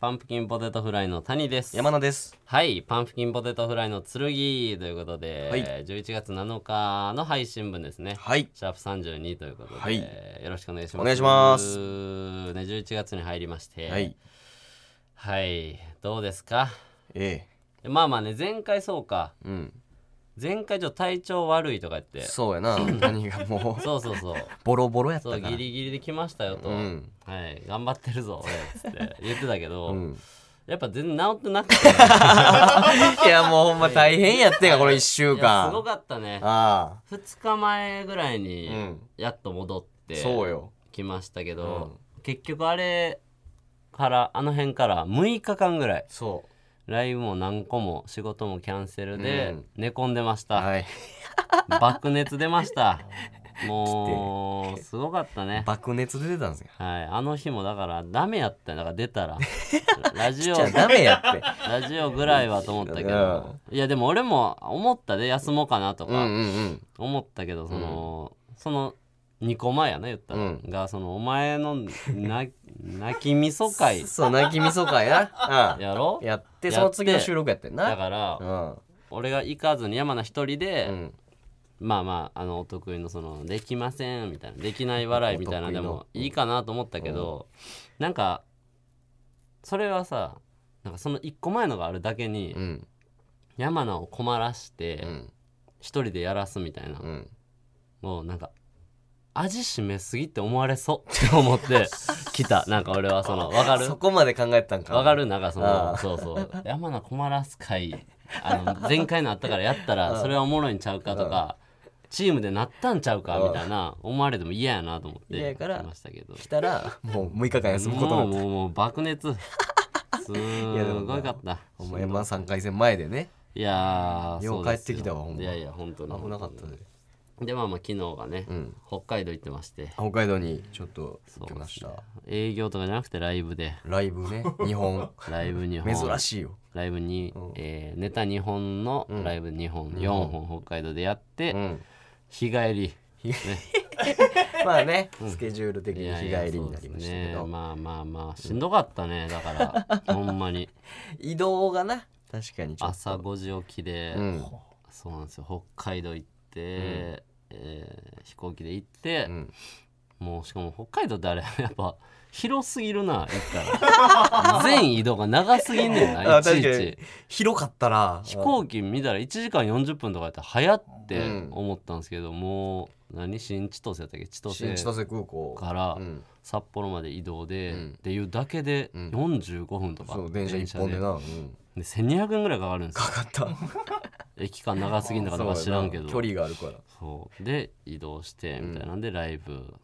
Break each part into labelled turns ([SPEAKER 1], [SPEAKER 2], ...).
[SPEAKER 1] パンプキンポテトフライの谷です
[SPEAKER 2] 山名です
[SPEAKER 1] はいパンプキンポテトフライの剣ということで、
[SPEAKER 2] はい
[SPEAKER 1] 11月7日の配信分ですね
[SPEAKER 2] はい
[SPEAKER 1] シャープ32ということで、
[SPEAKER 2] はい
[SPEAKER 1] よろしくお願いします
[SPEAKER 2] お願いしま
[SPEAKER 1] ね11月に入りまして
[SPEAKER 2] はい
[SPEAKER 1] はいどうですか
[SPEAKER 2] え
[SPEAKER 1] まあまあね前回そうか
[SPEAKER 2] えうん
[SPEAKER 1] 前回ちょっと体調悪いとか言って
[SPEAKER 2] そうやな何がもう
[SPEAKER 1] そうそうそう
[SPEAKER 2] ボロボロやった
[SPEAKER 1] そ
[SPEAKER 2] か
[SPEAKER 1] う
[SPEAKER 2] ら
[SPEAKER 1] ギリギリで来ましたよと、
[SPEAKER 2] うん
[SPEAKER 1] はい頑張ってるぞ俺っつって言ってたけど、
[SPEAKER 2] うん
[SPEAKER 1] やっぱ全然治ってなくて
[SPEAKER 2] いやもうほんま大変やってんかこの1週
[SPEAKER 1] いや
[SPEAKER 2] 間
[SPEAKER 1] すごかったね
[SPEAKER 2] あ
[SPEAKER 1] 2日前ぐらいうに
[SPEAKER 2] ん
[SPEAKER 1] やっと戻って
[SPEAKER 2] そうよ
[SPEAKER 1] 来ましたけど、結局あれからあの辺から6日間ぐらい
[SPEAKER 2] そ
[SPEAKER 1] ライブも何個も仕事もキャンセルで
[SPEAKER 2] うん
[SPEAKER 1] 寝込んでまし
[SPEAKER 2] う
[SPEAKER 1] た、
[SPEAKER 2] はい
[SPEAKER 1] 爆熱出ましたもうすごかったね
[SPEAKER 2] 爆熱で出たんですよ
[SPEAKER 1] はい、あの日もだからダメやったよだから出 たらラジオ
[SPEAKER 2] じゃあダメやって
[SPEAKER 1] ラジオぐらいはと思ったけどいやでも俺も思ったで休 もうかなと
[SPEAKER 2] うんう
[SPEAKER 1] か
[SPEAKER 2] ん
[SPEAKER 1] 思ったけど、そのその2個前やな言ったら、
[SPEAKER 2] うん
[SPEAKER 1] がそのお前のな 泣きみそ
[SPEAKER 2] うん
[SPEAKER 1] 会
[SPEAKER 2] そう泣きみそかやな
[SPEAKER 1] やろ
[SPEAKER 2] うんやってその次の収録やってん
[SPEAKER 1] だ
[SPEAKER 2] な
[SPEAKER 1] から
[SPEAKER 2] うん
[SPEAKER 1] 俺が行かずに山名一人で、
[SPEAKER 2] うん
[SPEAKER 1] まあまああのお得意のその「できません」みたいな「できない笑い」みたいな
[SPEAKER 2] お得
[SPEAKER 1] で
[SPEAKER 2] 意の
[SPEAKER 1] もいいかなと思ったけど、なんかそれはさなんかその一個前のがあるだけに、
[SPEAKER 2] うん
[SPEAKER 1] 山名を困らして
[SPEAKER 2] うん
[SPEAKER 1] 一人でやらすみたいな、
[SPEAKER 2] うん
[SPEAKER 1] もうなんか味しめすぎって思われそうって思って 来たなんか俺はそのわかる
[SPEAKER 2] そこまで考えてたんか
[SPEAKER 1] わかるなんかそ
[SPEAKER 2] あ
[SPEAKER 1] の
[SPEAKER 2] あ
[SPEAKER 1] そ うそう山名困らす会あの前回のあったからやったらそれはおもろいんちゃうかとかチームでなったんちゃうかみたいな思われても嫌やなと思って
[SPEAKER 2] 嫌やから
[SPEAKER 1] 来ましたけど
[SPEAKER 2] 来たらもう6日間休むことにな
[SPEAKER 1] もう
[SPEAKER 2] った
[SPEAKER 1] もうもう爆 熱す
[SPEAKER 2] でも
[SPEAKER 1] ごいかった
[SPEAKER 2] お前 M13 回戦前でね
[SPEAKER 1] いやー
[SPEAKER 2] よう
[SPEAKER 1] そうです
[SPEAKER 2] 帰ってきたわほんま
[SPEAKER 1] いやいや本当に
[SPEAKER 2] 危なかったで
[SPEAKER 1] でまあまあ昨日がね、
[SPEAKER 2] うん
[SPEAKER 1] 北海道行ってまして
[SPEAKER 2] 北海道にちょっと
[SPEAKER 1] そ
[SPEAKER 2] 行き
[SPEAKER 1] うですね
[SPEAKER 2] ました
[SPEAKER 1] 営業とかじゃなくてライブで
[SPEAKER 2] ライブね日本
[SPEAKER 1] ライブ2本
[SPEAKER 2] 珍しいよ
[SPEAKER 1] ライブに、
[SPEAKER 2] うん
[SPEAKER 1] えーネタ2本の
[SPEAKER 2] うん
[SPEAKER 1] ライブ2本、
[SPEAKER 2] ん
[SPEAKER 1] 4本北海道でやって、
[SPEAKER 2] うん
[SPEAKER 1] 日帰り
[SPEAKER 2] まあねスケジュール的に日
[SPEAKER 1] いやいや
[SPEAKER 2] 帰りになり
[SPEAKER 1] そう
[SPEAKER 2] まし
[SPEAKER 1] です
[SPEAKER 2] たけ
[SPEAKER 1] ね
[SPEAKER 2] ど
[SPEAKER 1] まあまあまあしんどかったねだから ほんまに
[SPEAKER 2] 移動がな確かにちょっ
[SPEAKER 1] 朝5時起きで、
[SPEAKER 2] とうん
[SPEAKER 1] そうなんですよ北海道行って、えー飛行機で行って
[SPEAKER 2] う、ん
[SPEAKER 1] もうしかも北海道ってあれ やっぱ広すぎるな行った ら全移動が長すぎんねんな
[SPEAKER 2] あ
[SPEAKER 1] いち
[SPEAKER 2] 確
[SPEAKER 1] い
[SPEAKER 2] か
[SPEAKER 1] ち
[SPEAKER 2] に広かったら
[SPEAKER 1] 飛行機見たら1時間40分とかやったら早って
[SPEAKER 2] うん
[SPEAKER 1] 思ったんですけど、もう何新千歳やったっけ千
[SPEAKER 2] 新千
[SPEAKER 1] 歳
[SPEAKER 2] 歳空港
[SPEAKER 1] から
[SPEAKER 2] うん
[SPEAKER 1] 札幌まで移動で、
[SPEAKER 2] うん
[SPEAKER 1] っていうだけで
[SPEAKER 2] うん
[SPEAKER 1] 45分とか、
[SPEAKER 2] そう電車一本でなうん
[SPEAKER 1] で1200円ぐらいかかるんですよ
[SPEAKER 2] かかった
[SPEAKER 1] 駅間長すぎんだか
[SPEAKER 2] そう
[SPEAKER 1] ら
[SPEAKER 2] やな
[SPEAKER 1] 知らんけど
[SPEAKER 2] 距離があるから
[SPEAKER 1] そうで移動してみたいなんでライブ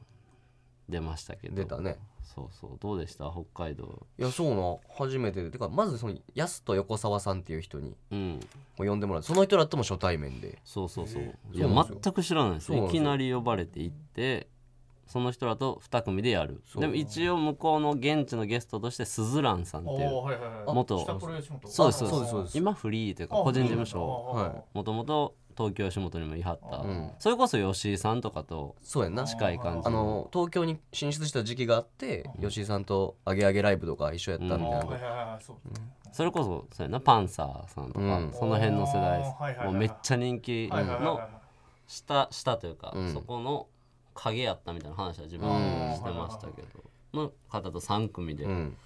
[SPEAKER 1] 出ましたけど、
[SPEAKER 2] 出たね
[SPEAKER 1] そうそうどうでした北海道
[SPEAKER 2] いやそうな初めてでてかまずそのやすと横澤さんっていう人に
[SPEAKER 1] うん
[SPEAKER 2] こう呼んでもらってその人らとも初対面で
[SPEAKER 1] そうそうそう、い
[SPEAKER 2] そうなん
[SPEAKER 1] や
[SPEAKER 2] ですよ
[SPEAKER 1] 全く知らないです
[SPEAKER 2] そうなん
[SPEAKER 1] い
[SPEAKER 2] ですよ
[SPEAKER 1] きなり呼ばれて行ってその人らと2組でやる
[SPEAKER 2] そう
[SPEAKER 1] でも一応向こうの現地のゲストとしてすずらんさんっていう
[SPEAKER 3] はいはいはい
[SPEAKER 1] 元
[SPEAKER 3] 下プロ吉本
[SPEAKER 1] そうです
[SPEAKER 2] あそうですそうです
[SPEAKER 1] 今フリーというか
[SPEAKER 3] あ
[SPEAKER 1] 個人事務所
[SPEAKER 3] ああああ
[SPEAKER 2] はい
[SPEAKER 1] もともと東京吉本にもいはった、
[SPEAKER 2] うん
[SPEAKER 1] それこそ吉井さんとかと
[SPEAKER 2] そうやんな
[SPEAKER 1] 近い感じ
[SPEAKER 2] あの東京に進出した時期があって吉井さんと「アゲアゲライブ」とか一緒やったみたい
[SPEAKER 3] ああ
[SPEAKER 2] な、
[SPEAKER 3] はいはいはいそうですね
[SPEAKER 1] それこそそうやなパンサーさんとか、
[SPEAKER 2] うん
[SPEAKER 1] その辺の世代です
[SPEAKER 3] あーはいはいはい
[SPEAKER 1] もうめっちゃ人気
[SPEAKER 3] はいはいはい
[SPEAKER 1] の
[SPEAKER 3] は
[SPEAKER 1] 下下というか、
[SPEAKER 2] うん
[SPEAKER 1] そこの影やったみたいな話は自分
[SPEAKER 2] うん
[SPEAKER 1] してましたけど、の方と3組で。
[SPEAKER 2] うん、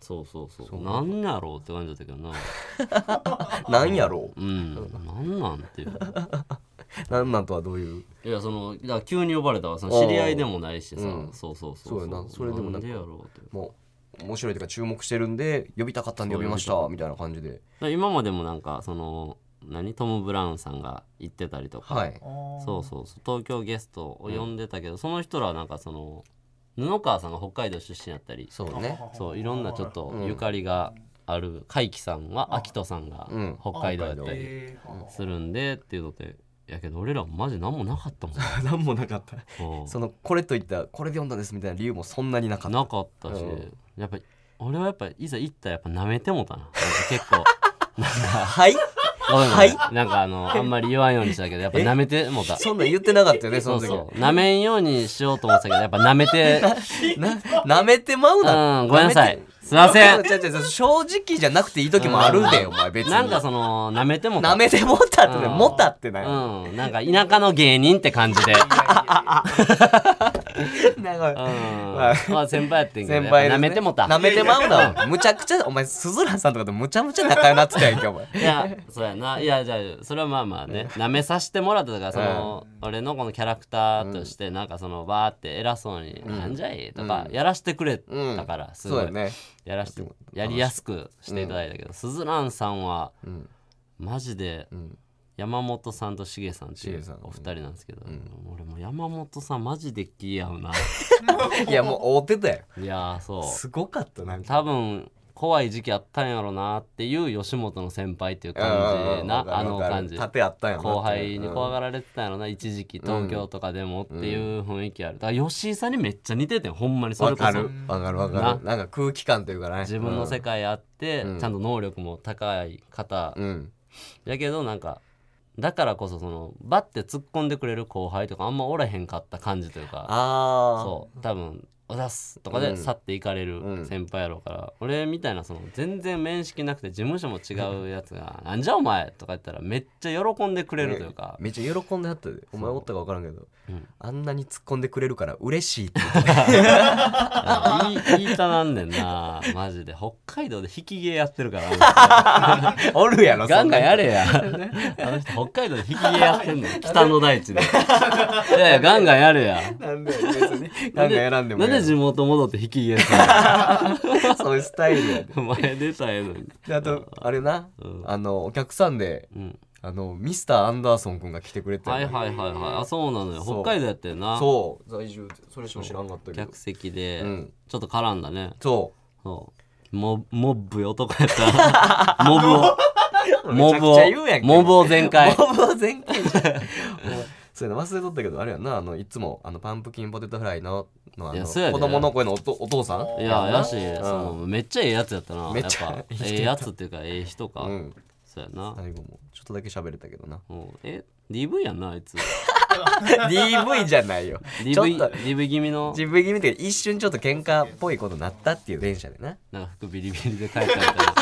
[SPEAKER 1] そうそうそう
[SPEAKER 2] そう
[SPEAKER 1] なんやろうって感じだったけど な
[SPEAKER 2] なんやろ
[SPEAKER 1] うんなんなんっていう
[SPEAKER 2] うなんなんとはどういう
[SPEAKER 1] いやそのだから急に呼ばれたわその知り合いでもないしさ、
[SPEAKER 2] うん
[SPEAKER 1] そうそうそ
[SPEAKER 2] そ
[SPEAKER 1] う
[SPEAKER 2] うやなそれでもなん
[SPEAKER 1] な
[SPEAKER 2] んか
[SPEAKER 1] でやろうってだか
[SPEAKER 2] もう面白いというか注目してるんで呼びたかったんで呼びましたみたいな感じで
[SPEAKER 1] ら今までもなんかその何トム・ブラウンさんが行ってたりとか、
[SPEAKER 2] はい
[SPEAKER 3] い
[SPEAKER 1] そうそうそう東京ゲストを呼んでたけど、その人らはなんかその布川さんが北海道出身やったり
[SPEAKER 2] そうね
[SPEAKER 1] そういろんなちょっと
[SPEAKER 2] うん
[SPEAKER 1] ゆかりがある海輝さんは秋人さんが
[SPEAKER 2] うん
[SPEAKER 1] 北海道やったり
[SPEAKER 3] えーは
[SPEAKER 1] するんでっていうのでやけど俺らマジ何もな かったもん
[SPEAKER 2] 何もなかった
[SPEAKER 1] そう
[SPEAKER 2] そのこれといったこれで読んだんですみたいな理由もそんなになかった
[SPEAKER 1] なかったし、
[SPEAKER 2] うん
[SPEAKER 1] やっぱり俺はやっぱいざ行ったらやっぱ舐めてもうたななんか結構
[SPEAKER 2] はい
[SPEAKER 1] ごめんごめんなんかあ のあんまり言わんようにしたけどやっぱ舐めてもうた
[SPEAKER 2] そんなん言ってなかったよねそ
[SPEAKER 1] そ
[SPEAKER 2] の
[SPEAKER 1] う
[SPEAKER 2] 時
[SPEAKER 1] そう舐めんようにしようと思ってたけどやっぱ舐 めて
[SPEAKER 2] な舐めてまう
[SPEAKER 1] う
[SPEAKER 2] な、
[SPEAKER 1] んごめんなさいすいません
[SPEAKER 2] ちゃちゃ正直じゃなくていい時もあるで、お前別に
[SPEAKER 1] なんかその舐めてもうた
[SPEAKER 2] 舐めてもったってね
[SPEAKER 1] うん
[SPEAKER 2] もったって
[SPEAKER 1] う
[SPEAKER 2] ない、
[SPEAKER 1] んなんか田舎の芸人って感じで
[SPEAKER 2] なんか
[SPEAKER 1] うん
[SPEAKER 2] まあ
[SPEAKER 1] まあ先輩やってんけど
[SPEAKER 2] 先
[SPEAKER 1] やっぱ
[SPEAKER 2] 輩ですね
[SPEAKER 1] 舐めてもうた
[SPEAKER 2] 舐めてまうなむちゃくちゃお前すずらんさんとかとむちゃむちゃ仲良くなってたやんけお前
[SPEAKER 1] いやそうやないやじゃあそれはまあまあね舐めさせてもらったとからその、俺のこのキャラクターとしてなんかそのバーって偉そうに「なんじゃい」とかやらしてくれたから、す
[SPEAKER 2] そ
[SPEAKER 1] ご
[SPEAKER 2] う
[SPEAKER 1] い
[SPEAKER 2] やね
[SPEAKER 1] やらしてやりやすくしていただいたけどすずらんさんは、
[SPEAKER 2] ん
[SPEAKER 1] マジで
[SPEAKER 2] ん
[SPEAKER 1] 山本さんとしげさんってい
[SPEAKER 2] しげ
[SPEAKER 1] う
[SPEAKER 2] さん
[SPEAKER 1] お二人なんですけど、俺もう山本さんマジで気合うな
[SPEAKER 2] いやもう追ってたよ
[SPEAKER 1] いやーそう
[SPEAKER 2] すごかったなんか
[SPEAKER 1] 多分怖い時期あったんやろなっていう吉本の先輩っていう感じなあの感じ
[SPEAKER 2] 縦あったんやな
[SPEAKER 1] 後輩に怖
[SPEAKER 2] が
[SPEAKER 1] がられてたんやろな一時期東京とかでもっていう雰囲気あるだから吉井さんにめっちゃ似ててんほんまにそれ
[SPEAKER 2] わ
[SPEAKER 1] こそ
[SPEAKER 2] かるわかるわかるなんか空気感というかね
[SPEAKER 1] 自分の世界あって、
[SPEAKER 2] うん
[SPEAKER 1] ちゃんと能力も高い方
[SPEAKER 2] うんうん
[SPEAKER 1] やけどなんかだからこそそのバッて突っ込んでくれる後輩とかあんまおらへんかった感じというか
[SPEAKER 2] ああ
[SPEAKER 1] そう多分「おだす」とか
[SPEAKER 2] う
[SPEAKER 1] で
[SPEAKER 2] ん
[SPEAKER 1] 去っていかれる先輩やろうから、俺みたいなその全然面識なくて事務所も違うやつが「なんじゃお前」とか言ったらめっちゃ喜んでくれるというか、
[SPEAKER 2] めっちゃ喜んではったでお前おったか分からんけど、
[SPEAKER 1] うん
[SPEAKER 2] あんなに突っ込んでくれるから嬉しい って
[SPEAKER 1] いい言いたなんねんなマジで北海道で引き芸やってるから
[SPEAKER 2] おるやろ
[SPEAKER 1] ガンガンや
[SPEAKER 2] れ
[SPEAKER 1] れやあの人北海道で引き芸やってんの 北の大地でいやいやガンガンやれや
[SPEAKER 2] なんで別に ガンガン選んでも
[SPEAKER 1] なんで地元戻って引き 芸さ
[SPEAKER 2] そういうスタイルやで
[SPEAKER 1] お前出たらええのに
[SPEAKER 2] であとあれな、
[SPEAKER 1] うん
[SPEAKER 2] あのお客さんで
[SPEAKER 1] うん
[SPEAKER 2] あのミスターアンダーソン君が来てくれて、
[SPEAKER 1] はいはいはいはいあそうなのよ
[SPEAKER 2] そう
[SPEAKER 1] 北海道やったよな
[SPEAKER 2] そう在住それしか知らんかったけど
[SPEAKER 1] 客席で
[SPEAKER 2] うん
[SPEAKER 1] ちょっと絡んだね
[SPEAKER 2] そ
[SPEAKER 1] そうモモブ男やった モブを
[SPEAKER 2] う
[SPEAKER 1] モブをモブ
[SPEAKER 2] を
[SPEAKER 1] を全開
[SPEAKER 2] モブを全開じゃんお前 そういうの忘れとったけどあれやんなあのいつもあのパンプキンポテトフライののあの
[SPEAKER 1] いや
[SPEAKER 2] 子
[SPEAKER 1] そうやで
[SPEAKER 2] 供の声のおとお父さん
[SPEAKER 1] いやや
[SPEAKER 2] ん
[SPEAKER 1] し、
[SPEAKER 2] うん
[SPEAKER 1] そのめっちゃええやつやったな
[SPEAKER 2] めっちゃ
[SPEAKER 1] やっぱ
[SPEAKER 2] ええ人やった
[SPEAKER 1] ええやつっていうかええ人か、
[SPEAKER 2] うん
[SPEAKER 1] そうやな、
[SPEAKER 2] 最後もちょっとだけ喋れたけどな
[SPEAKER 1] もうえ DV やんなあ いつ
[SPEAKER 2] DV じゃないよちょっ
[SPEAKER 1] DV,
[SPEAKER 2] と
[SPEAKER 1] DV 気味の
[SPEAKER 2] 自分気味で一瞬ちょっと喧嘩っぽいことになったっていう電車でな
[SPEAKER 1] なんか服ビリビリで帰ったみたいな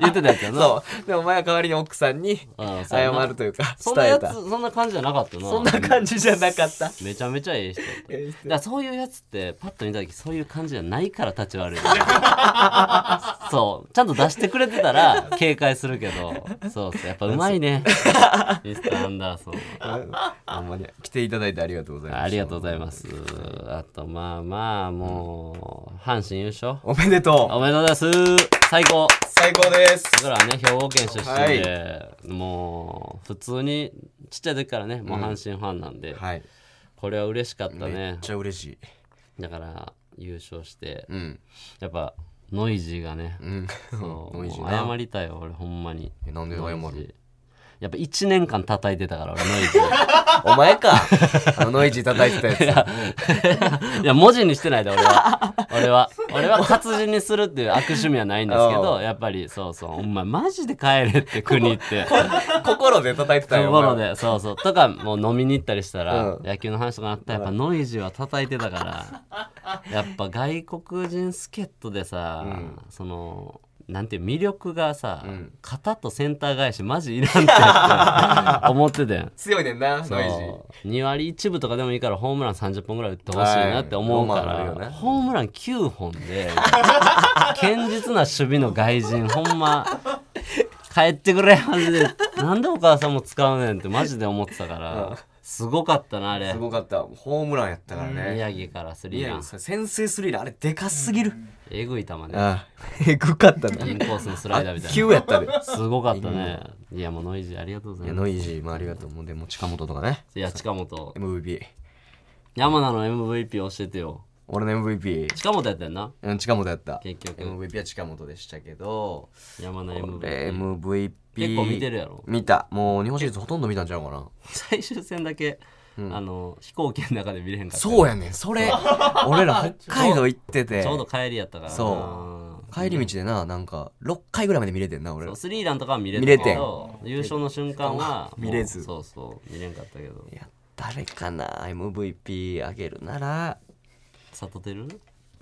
[SPEAKER 1] 言ってたやつやな
[SPEAKER 2] そうでお前は代わりに奥さんに
[SPEAKER 1] ああそうや
[SPEAKER 2] 謝
[SPEAKER 1] な
[SPEAKER 2] るというか
[SPEAKER 1] そんな
[SPEAKER 2] 伝え
[SPEAKER 1] や
[SPEAKER 2] た
[SPEAKER 1] つそんな感じじゃなかったな
[SPEAKER 2] そんな感じじゃなかった
[SPEAKER 1] めちゃめちゃええ人だか
[SPEAKER 2] え
[SPEAKER 1] らそういうやつってパッと見た時そういう感じじゃないから立 ち悪いよねそうちゃんと出してくれてたら警戒するけどそうそうやっぱうま いねミスター・アンダーソンは
[SPEAKER 2] あんまり来ていただいてありがとうございます
[SPEAKER 1] ありがとうございます。あと、まあまあ、もう、阪神優勝。
[SPEAKER 2] おめでと
[SPEAKER 1] おめでとうございます。最高。
[SPEAKER 2] う最高です
[SPEAKER 1] 僕らはね、兵庫県出身で、もう、普通に、ちっちゃい時からね、もう阪神ファンなんで、
[SPEAKER 2] はい
[SPEAKER 1] これは嬉しかった
[SPEAKER 2] めっ
[SPEAKER 1] ね。
[SPEAKER 2] ちゃ嬉しい
[SPEAKER 1] だから、優勝して、
[SPEAKER 2] うん
[SPEAKER 1] やっぱ、ノイジーがね、
[SPEAKER 2] うん
[SPEAKER 1] そう
[SPEAKER 2] ノイジー
[SPEAKER 1] も
[SPEAKER 2] な
[SPEAKER 1] う謝りたいよ、俺、ほんまに。
[SPEAKER 2] えなんで謝
[SPEAKER 1] ノイジ
[SPEAKER 2] る
[SPEAKER 1] ーやっぱ1年間叩いてたから、俺、ノイジー。
[SPEAKER 2] お前かあのノイジー叩いてたや
[SPEAKER 1] いや文字にしてないで俺は俺は俺は活字にするっていう悪趣味はないんですけ
[SPEAKER 2] う
[SPEAKER 1] どやっぱりそうそうお前マジで帰れって国って
[SPEAKER 2] つ心で叩いてたよお前
[SPEAKER 1] 心でそうそうとかもう飲みに行ったりしたら、
[SPEAKER 2] うん
[SPEAKER 1] 野球の話とかなったらやっぱノイジーは叩いてたからやっぱ外国人助っ人でさ、そのなんていう魅力がさ、肩とセンター返しマジいらんってって思ってたよ
[SPEAKER 2] 強いねんな
[SPEAKER 1] そ
[SPEAKER 2] ノイジー
[SPEAKER 1] う2割1分とかでもいいからホームラン30本ぐらい打ってほしいなって思うか
[SPEAKER 2] はいロマンあるよ
[SPEAKER 1] ら、
[SPEAKER 2] ね
[SPEAKER 1] ホームラン9本で 堅実な守備の外人ほんま帰ってくれマジでなんでお母さんも使うねんってマジで思ってたからすごかったなあれ
[SPEAKER 2] すごかったホームランやったからね
[SPEAKER 1] 宮城からス
[SPEAKER 2] い
[SPEAKER 1] リーラ
[SPEAKER 2] や
[SPEAKER 1] ン
[SPEAKER 2] 先制スリーランあれでかすぎる
[SPEAKER 1] えぐい球ね
[SPEAKER 2] ああえぐかった
[SPEAKER 1] イン
[SPEAKER 2] ね
[SPEAKER 1] コースのスライダーみたい
[SPEAKER 2] 急やったです
[SPEAKER 1] なすごかったねいやもうノイジーありがとうござ
[SPEAKER 2] いや
[SPEAKER 1] いま
[SPEAKER 2] ノイジーもありがとうもうでも近本とかね
[SPEAKER 1] すいや近本
[SPEAKER 2] MVP
[SPEAKER 1] 山名の MVP 教えてよ
[SPEAKER 2] 俺の MVP
[SPEAKER 1] 近本やったよな
[SPEAKER 2] うん近本やった
[SPEAKER 1] 結局
[SPEAKER 2] MVP は近本でしたけど
[SPEAKER 1] 山名 MVP
[SPEAKER 2] 俺 MVP
[SPEAKER 1] 結構見てるやろ
[SPEAKER 2] 見たもう日本シリーズほとんど見たんちゃうかな
[SPEAKER 1] 最終戦だけ、あの飛行機の中で見れへんか った
[SPEAKER 2] そうやねんそれ俺ら北海道行ってて
[SPEAKER 1] ちょうど帰りやったからな
[SPEAKER 2] そ帰り道でななんか6回ぐらいまで見れてんな俺
[SPEAKER 1] そ
[SPEAKER 2] ら
[SPEAKER 1] うスリーランとかは見れた
[SPEAKER 2] 見れ
[SPEAKER 1] け
[SPEAKER 2] てん
[SPEAKER 1] ど優勝の瞬間は
[SPEAKER 2] 見れず
[SPEAKER 1] もうそうそう見れんかったけど
[SPEAKER 2] いや誰かな MVP あげるなら
[SPEAKER 1] サトテル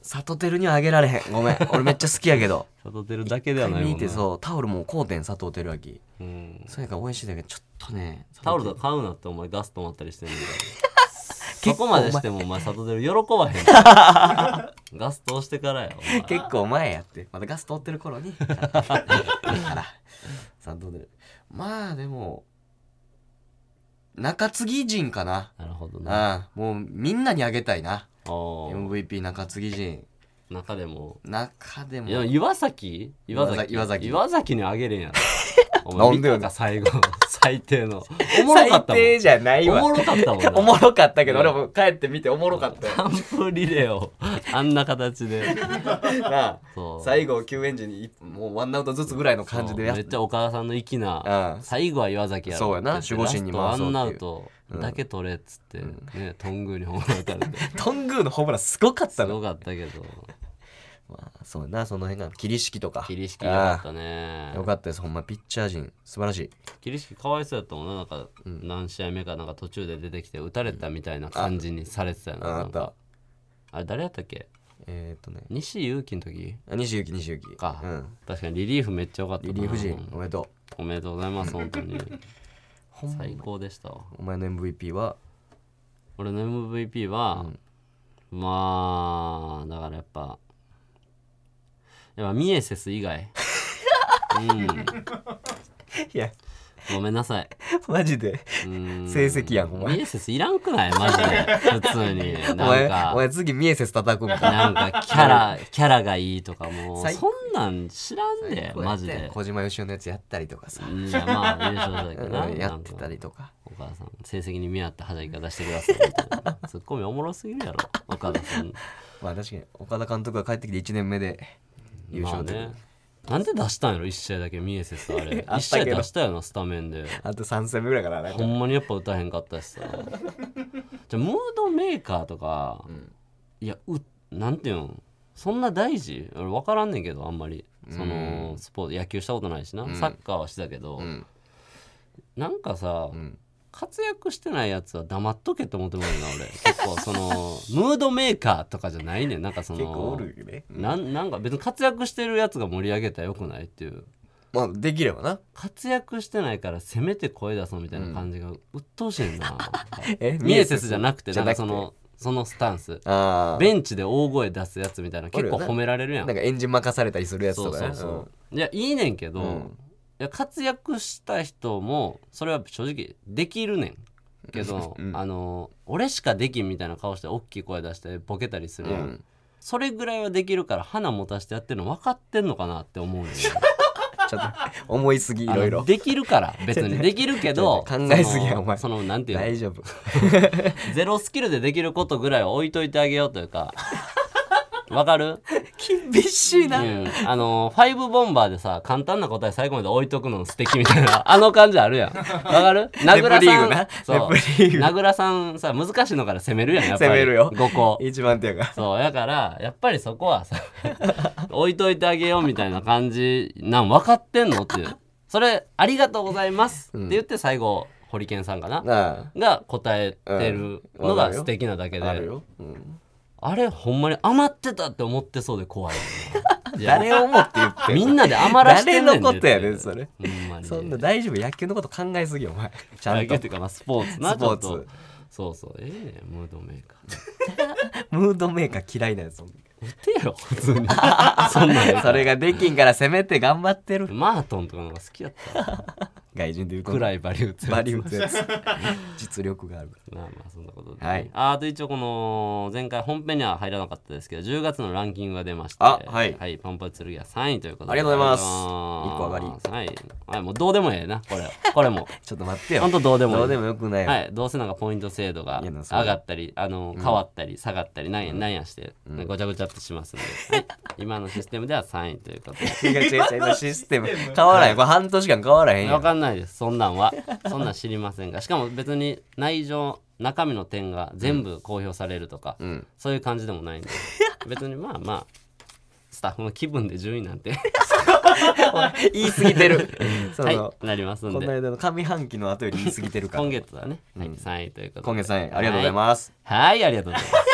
[SPEAKER 2] サトテルにはあげられへんごめん 俺めっちゃ好きやけど
[SPEAKER 1] サトテルだけではないもん
[SPEAKER 2] 見
[SPEAKER 1] な
[SPEAKER 2] てそうタオルも買うてん佐藤輝明
[SPEAKER 1] うん
[SPEAKER 2] それから応援してたけどちょっとね
[SPEAKER 1] タオルと
[SPEAKER 2] だ
[SPEAKER 1] か買うなってお前ガス止まったりしてんねんから そこまでしてもお前サトテル喜ばへん ガス通してからよお前
[SPEAKER 2] 結構前やってまだガス通ってる頃に から佐藤輝まあでも中継ぎ陣かな
[SPEAKER 1] なるほど
[SPEAKER 2] あ
[SPEAKER 1] な
[SPEAKER 2] あもうみんなにあげたいな
[SPEAKER 1] おー
[SPEAKER 2] MVP 中継ぎ陣
[SPEAKER 1] 中でも
[SPEAKER 2] 中でも
[SPEAKER 1] いや岩崎岩崎
[SPEAKER 2] 岩崎
[SPEAKER 1] 岩崎にあげれん やろお
[SPEAKER 2] な
[SPEAKER 1] 前
[SPEAKER 2] ん
[SPEAKER 1] 見
[SPEAKER 2] でやね
[SPEAKER 1] た
[SPEAKER 2] ん
[SPEAKER 1] か最後 最低のおもろかった
[SPEAKER 2] 最
[SPEAKER 1] も
[SPEAKER 2] 低じゃない
[SPEAKER 1] んお
[SPEAKER 2] わ
[SPEAKER 1] もろかったもんな
[SPEAKER 2] おもろかったけど俺も帰ってみておもろかった よ
[SPEAKER 1] 完封リレーをあんな 形で
[SPEAKER 2] なあ
[SPEAKER 1] そう
[SPEAKER 2] 最後救援時にもうワンアウトずつぐらいの感じでやっ
[SPEAKER 1] めっちゃお母さんの粋な
[SPEAKER 2] あ
[SPEAKER 1] 最後は岩崎やろ
[SPEAKER 2] そうやな
[SPEAKER 1] って言
[SPEAKER 2] 守
[SPEAKER 1] って
[SPEAKER 2] 護神に
[SPEAKER 1] ラ
[SPEAKER 2] 回
[SPEAKER 1] ス
[SPEAKER 2] そ
[SPEAKER 1] ト
[SPEAKER 2] うっていう
[SPEAKER 1] ワンアウトだけ取れっつって、ね頓宮にホームラン打たれ て
[SPEAKER 2] あ頓宮のホームランすごかった
[SPEAKER 1] す
[SPEAKER 2] の
[SPEAKER 1] ごかったけど
[SPEAKER 2] まあそうやなその辺が桐敷とか
[SPEAKER 1] 桐敷良かったね
[SPEAKER 2] ああよかったですほんまピッチャー陣素晴らしい
[SPEAKER 1] 桐敷かわいそうやったもんななんか、何試合目かなんか途中で出てきて打たれたみたいな感じにされてたよな
[SPEAKER 2] あ
[SPEAKER 1] な
[SPEAKER 2] あ
[SPEAKER 1] ん
[SPEAKER 2] っ
[SPEAKER 1] か
[SPEAKER 2] た
[SPEAKER 1] あれ誰やったっけ
[SPEAKER 2] えーっとね
[SPEAKER 1] 西勇輝の時
[SPEAKER 2] あ西行き西行き
[SPEAKER 1] か
[SPEAKER 2] うん
[SPEAKER 1] 確かにリリーフめっちゃ良かったな
[SPEAKER 2] リリーフ陣おめでと
[SPEAKER 1] おめでとうござ います本当に
[SPEAKER 2] うほんま
[SPEAKER 1] 最高でしたわ
[SPEAKER 2] お前の MVP は
[SPEAKER 1] 俺の MVP は、まあだからやっぱやっぱミエセス 以外うん
[SPEAKER 2] いや
[SPEAKER 1] ごめんなさい
[SPEAKER 2] マジで
[SPEAKER 1] うん
[SPEAKER 2] 成績やんお前
[SPEAKER 1] ミエセスいらんくないマ ジで普通になん
[SPEAKER 2] お前お
[SPEAKER 1] か
[SPEAKER 2] 前次ミエセス叩くんか
[SPEAKER 1] なんかキャラキャラがいいとかもう
[SPEAKER 2] 最
[SPEAKER 1] そんなん知らんでマジで
[SPEAKER 2] 小島よしおのやつやったりとかさ、
[SPEAKER 1] いやまあ優勝だけど な
[SPEAKER 2] うんやってた
[SPEAKER 1] なんか
[SPEAKER 2] りとか
[SPEAKER 1] お母さん成績に見合ったはじゃい方してくださいみたいなツッコミおもろすぎるやろ岡田さん
[SPEAKER 2] まあ確かに岡田監督が帰ってきて1年目で優
[SPEAKER 1] まあ
[SPEAKER 2] 勝で、
[SPEAKER 1] ねなんで出したんやろ1試合だけミエセスあれ
[SPEAKER 2] あ
[SPEAKER 1] 1
[SPEAKER 2] った
[SPEAKER 1] 試
[SPEAKER 2] け
[SPEAKER 1] 合
[SPEAKER 2] ど
[SPEAKER 1] 出したよなスタメンで
[SPEAKER 2] あと3戦目ぐらいからなんか
[SPEAKER 1] ほんまにやっぱ歌えへんかったしさじゃあムードメーカーとか、いやうなんていうんそんな大事俺分からんねんけどあんまりそのスポーツ野球したことないしな、サッカーはしたけど、
[SPEAKER 2] ん
[SPEAKER 1] なんかさ、
[SPEAKER 2] ん
[SPEAKER 1] 活躍してないやつは黙っとけって思ってもらうな俺 結構そのムードメーカーとかじゃないねんなんかその
[SPEAKER 2] 結構おるよね
[SPEAKER 1] なんなんか別に活躍してるやつが盛り上げたらよくないっていう
[SPEAKER 2] まあできればな
[SPEAKER 1] 活躍してないからせめて声出そうみたいな感じが鬱陶しい な、
[SPEAKER 2] え
[SPEAKER 1] ミエセスじゃなくて
[SPEAKER 2] じ
[SPEAKER 1] な
[SPEAKER 2] ゃ
[SPEAKER 1] ん
[SPEAKER 2] な
[SPEAKER 1] か
[SPEAKER 2] くて
[SPEAKER 1] そのそのスタンス
[SPEAKER 2] あ
[SPEAKER 1] ベンチで大声出すやつみたいな
[SPEAKER 2] おる
[SPEAKER 1] 結
[SPEAKER 2] よ
[SPEAKER 1] 構
[SPEAKER 2] な
[SPEAKER 1] 褒められるや
[SPEAKER 2] あ
[SPEAKER 1] ん
[SPEAKER 2] なんかエンジン任されたりするやつ
[SPEAKER 1] そ
[SPEAKER 2] と
[SPEAKER 1] う
[SPEAKER 2] か
[SPEAKER 1] そ
[SPEAKER 2] ね
[SPEAKER 1] うそう、いやいいねんけど、
[SPEAKER 2] ん
[SPEAKER 1] いや活躍した人もそれは正直できるねん けど、あの俺しかできんみたいな顔して大きい声出してボケたりするやん、
[SPEAKER 2] うん
[SPEAKER 1] それぐらいはできるから花持たしてやってるの分かってんのかなって思 うねん
[SPEAKER 2] ちょっと思いすぎいろい
[SPEAKER 1] あの
[SPEAKER 2] ろ
[SPEAKER 1] でき るから別にできるけど
[SPEAKER 2] ちょっと考えすぎや
[SPEAKER 1] その
[SPEAKER 2] お前
[SPEAKER 1] そのなんていうの
[SPEAKER 2] 大丈夫
[SPEAKER 1] ゼロスキルでできることぐらいは置いといてあげようとい うかわかる、
[SPEAKER 2] 厳しい
[SPEAKER 1] うん、
[SPEAKER 2] な、
[SPEAKER 1] あのファイブボンバーでさ簡単な答え最後まで置いとくの素敵みたいな あの感じあるやんわ かる名倉
[SPEAKER 2] リー
[SPEAKER 1] さ
[SPEAKER 2] グ
[SPEAKER 1] ん
[SPEAKER 2] な
[SPEAKER 1] そ
[SPEAKER 2] ネ
[SPEAKER 1] う
[SPEAKER 2] プリーグ
[SPEAKER 1] 名倉さんさ難しいのから攻めるやんやっぱり
[SPEAKER 2] 攻めるよ
[SPEAKER 1] 5個
[SPEAKER 2] 一番手やから
[SPEAKER 1] そうやからやっぱりそこはさ 置いといてあげようみたいな感じなん分かってんのっていうそれありがとうございますって言って最後ホリケンさんかな、
[SPEAKER 2] な
[SPEAKER 1] が答えてるのが素敵なだけで、
[SPEAKER 2] ああるよ、うん、
[SPEAKER 1] あれほんまに余ってたって思ってそうで怖いよないや
[SPEAKER 2] 誰を思って言ってんの
[SPEAKER 1] みんなで余らしてんねん
[SPEAKER 2] 誰のことやねんそれ
[SPEAKER 1] ほんまに
[SPEAKER 2] そんな大丈夫野球のこと考えすぎよお 前ちゃん
[SPEAKER 1] 野球
[SPEAKER 2] と
[SPEAKER 1] っていうかまあスポーツな
[SPEAKER 2] スポーツ
[SPEAKER 1] ちょっとそうそうええねんムードメーカー
[SPEAKER 2] ムードメーカー嫌いなやつ
[SPEAKER 1] 打てよ普通に そんなんや
[SPEAKER 2] それができんからせめて頑張ってる
[SPEAKER 1] マートンとかの方が好きやった
[SPEAKER 2] 外人で言うと
[SPEAKER 1] くらいバリューって
[SPEAKER 2] バリ打つや つ実力があるか
[SPEAKER 1] まあまあそんなことで、
[SPEAKER 2] はい
[SPEAKER 1] ああと一応この前回本編には入らなかったですけど10月のランキングが出まして
[SPEAKER 2] あはい
[SPEAKER 1] はい、パンパチ剣は3位ということで
[SPEAKER 2] ありがとうございます
[SPEAKER 1] 一
[SPEAKER 2] 一個上がり
[SPEAKER 1] はい、はい、もうどうでもええなこれこ れも
[SPEAKER 2] らちょっと待ってよ
[SPEAKER 1] ほんとどうでもええ
[SPEAKER 2] どうでもよくないよ、
[SPEAKER 1] はい、どうせなんかポイント制度が
[SPEAKER 2] いや
[SPEAKER 1] 上
[SPEAKER 2] なそう
[SPEAKER 1] がったりあの変わったり下がったりなんやなんやして、ごちゃごちゃっとしますんで、はい、今のシステムでは3位ということで
[SPEAKER 2] 違う違う違う今システ ム変わらへんこれ半年間変わらへんや
[SPEAKER 1] 分
[SPEAKER 2] ん
[SPEAKER 1] かんないですそんなんはそんなん知りませんがしかも別に内情中身の点が全部公表されるとか、
[SPEAKER 2] ん
[SPEAKER 1] そういう感じでもないんで別にまあまあスタッフの気分で順位なんて
[SPEAKER 2] 言い過ぎてる その、
[SPEAKER 1] はいなりますん
[SPEAKER 2] この
[SPEAKER 1] で
[SPEAKER 2] 間の上半期の後より言い過ぎてるから
[SPEAKER 1] 今月はね、はい、3位ということで
[SPEAKER 2] 今月3位ありがとうございます、
[SPEAKER 1] はいありがとうございます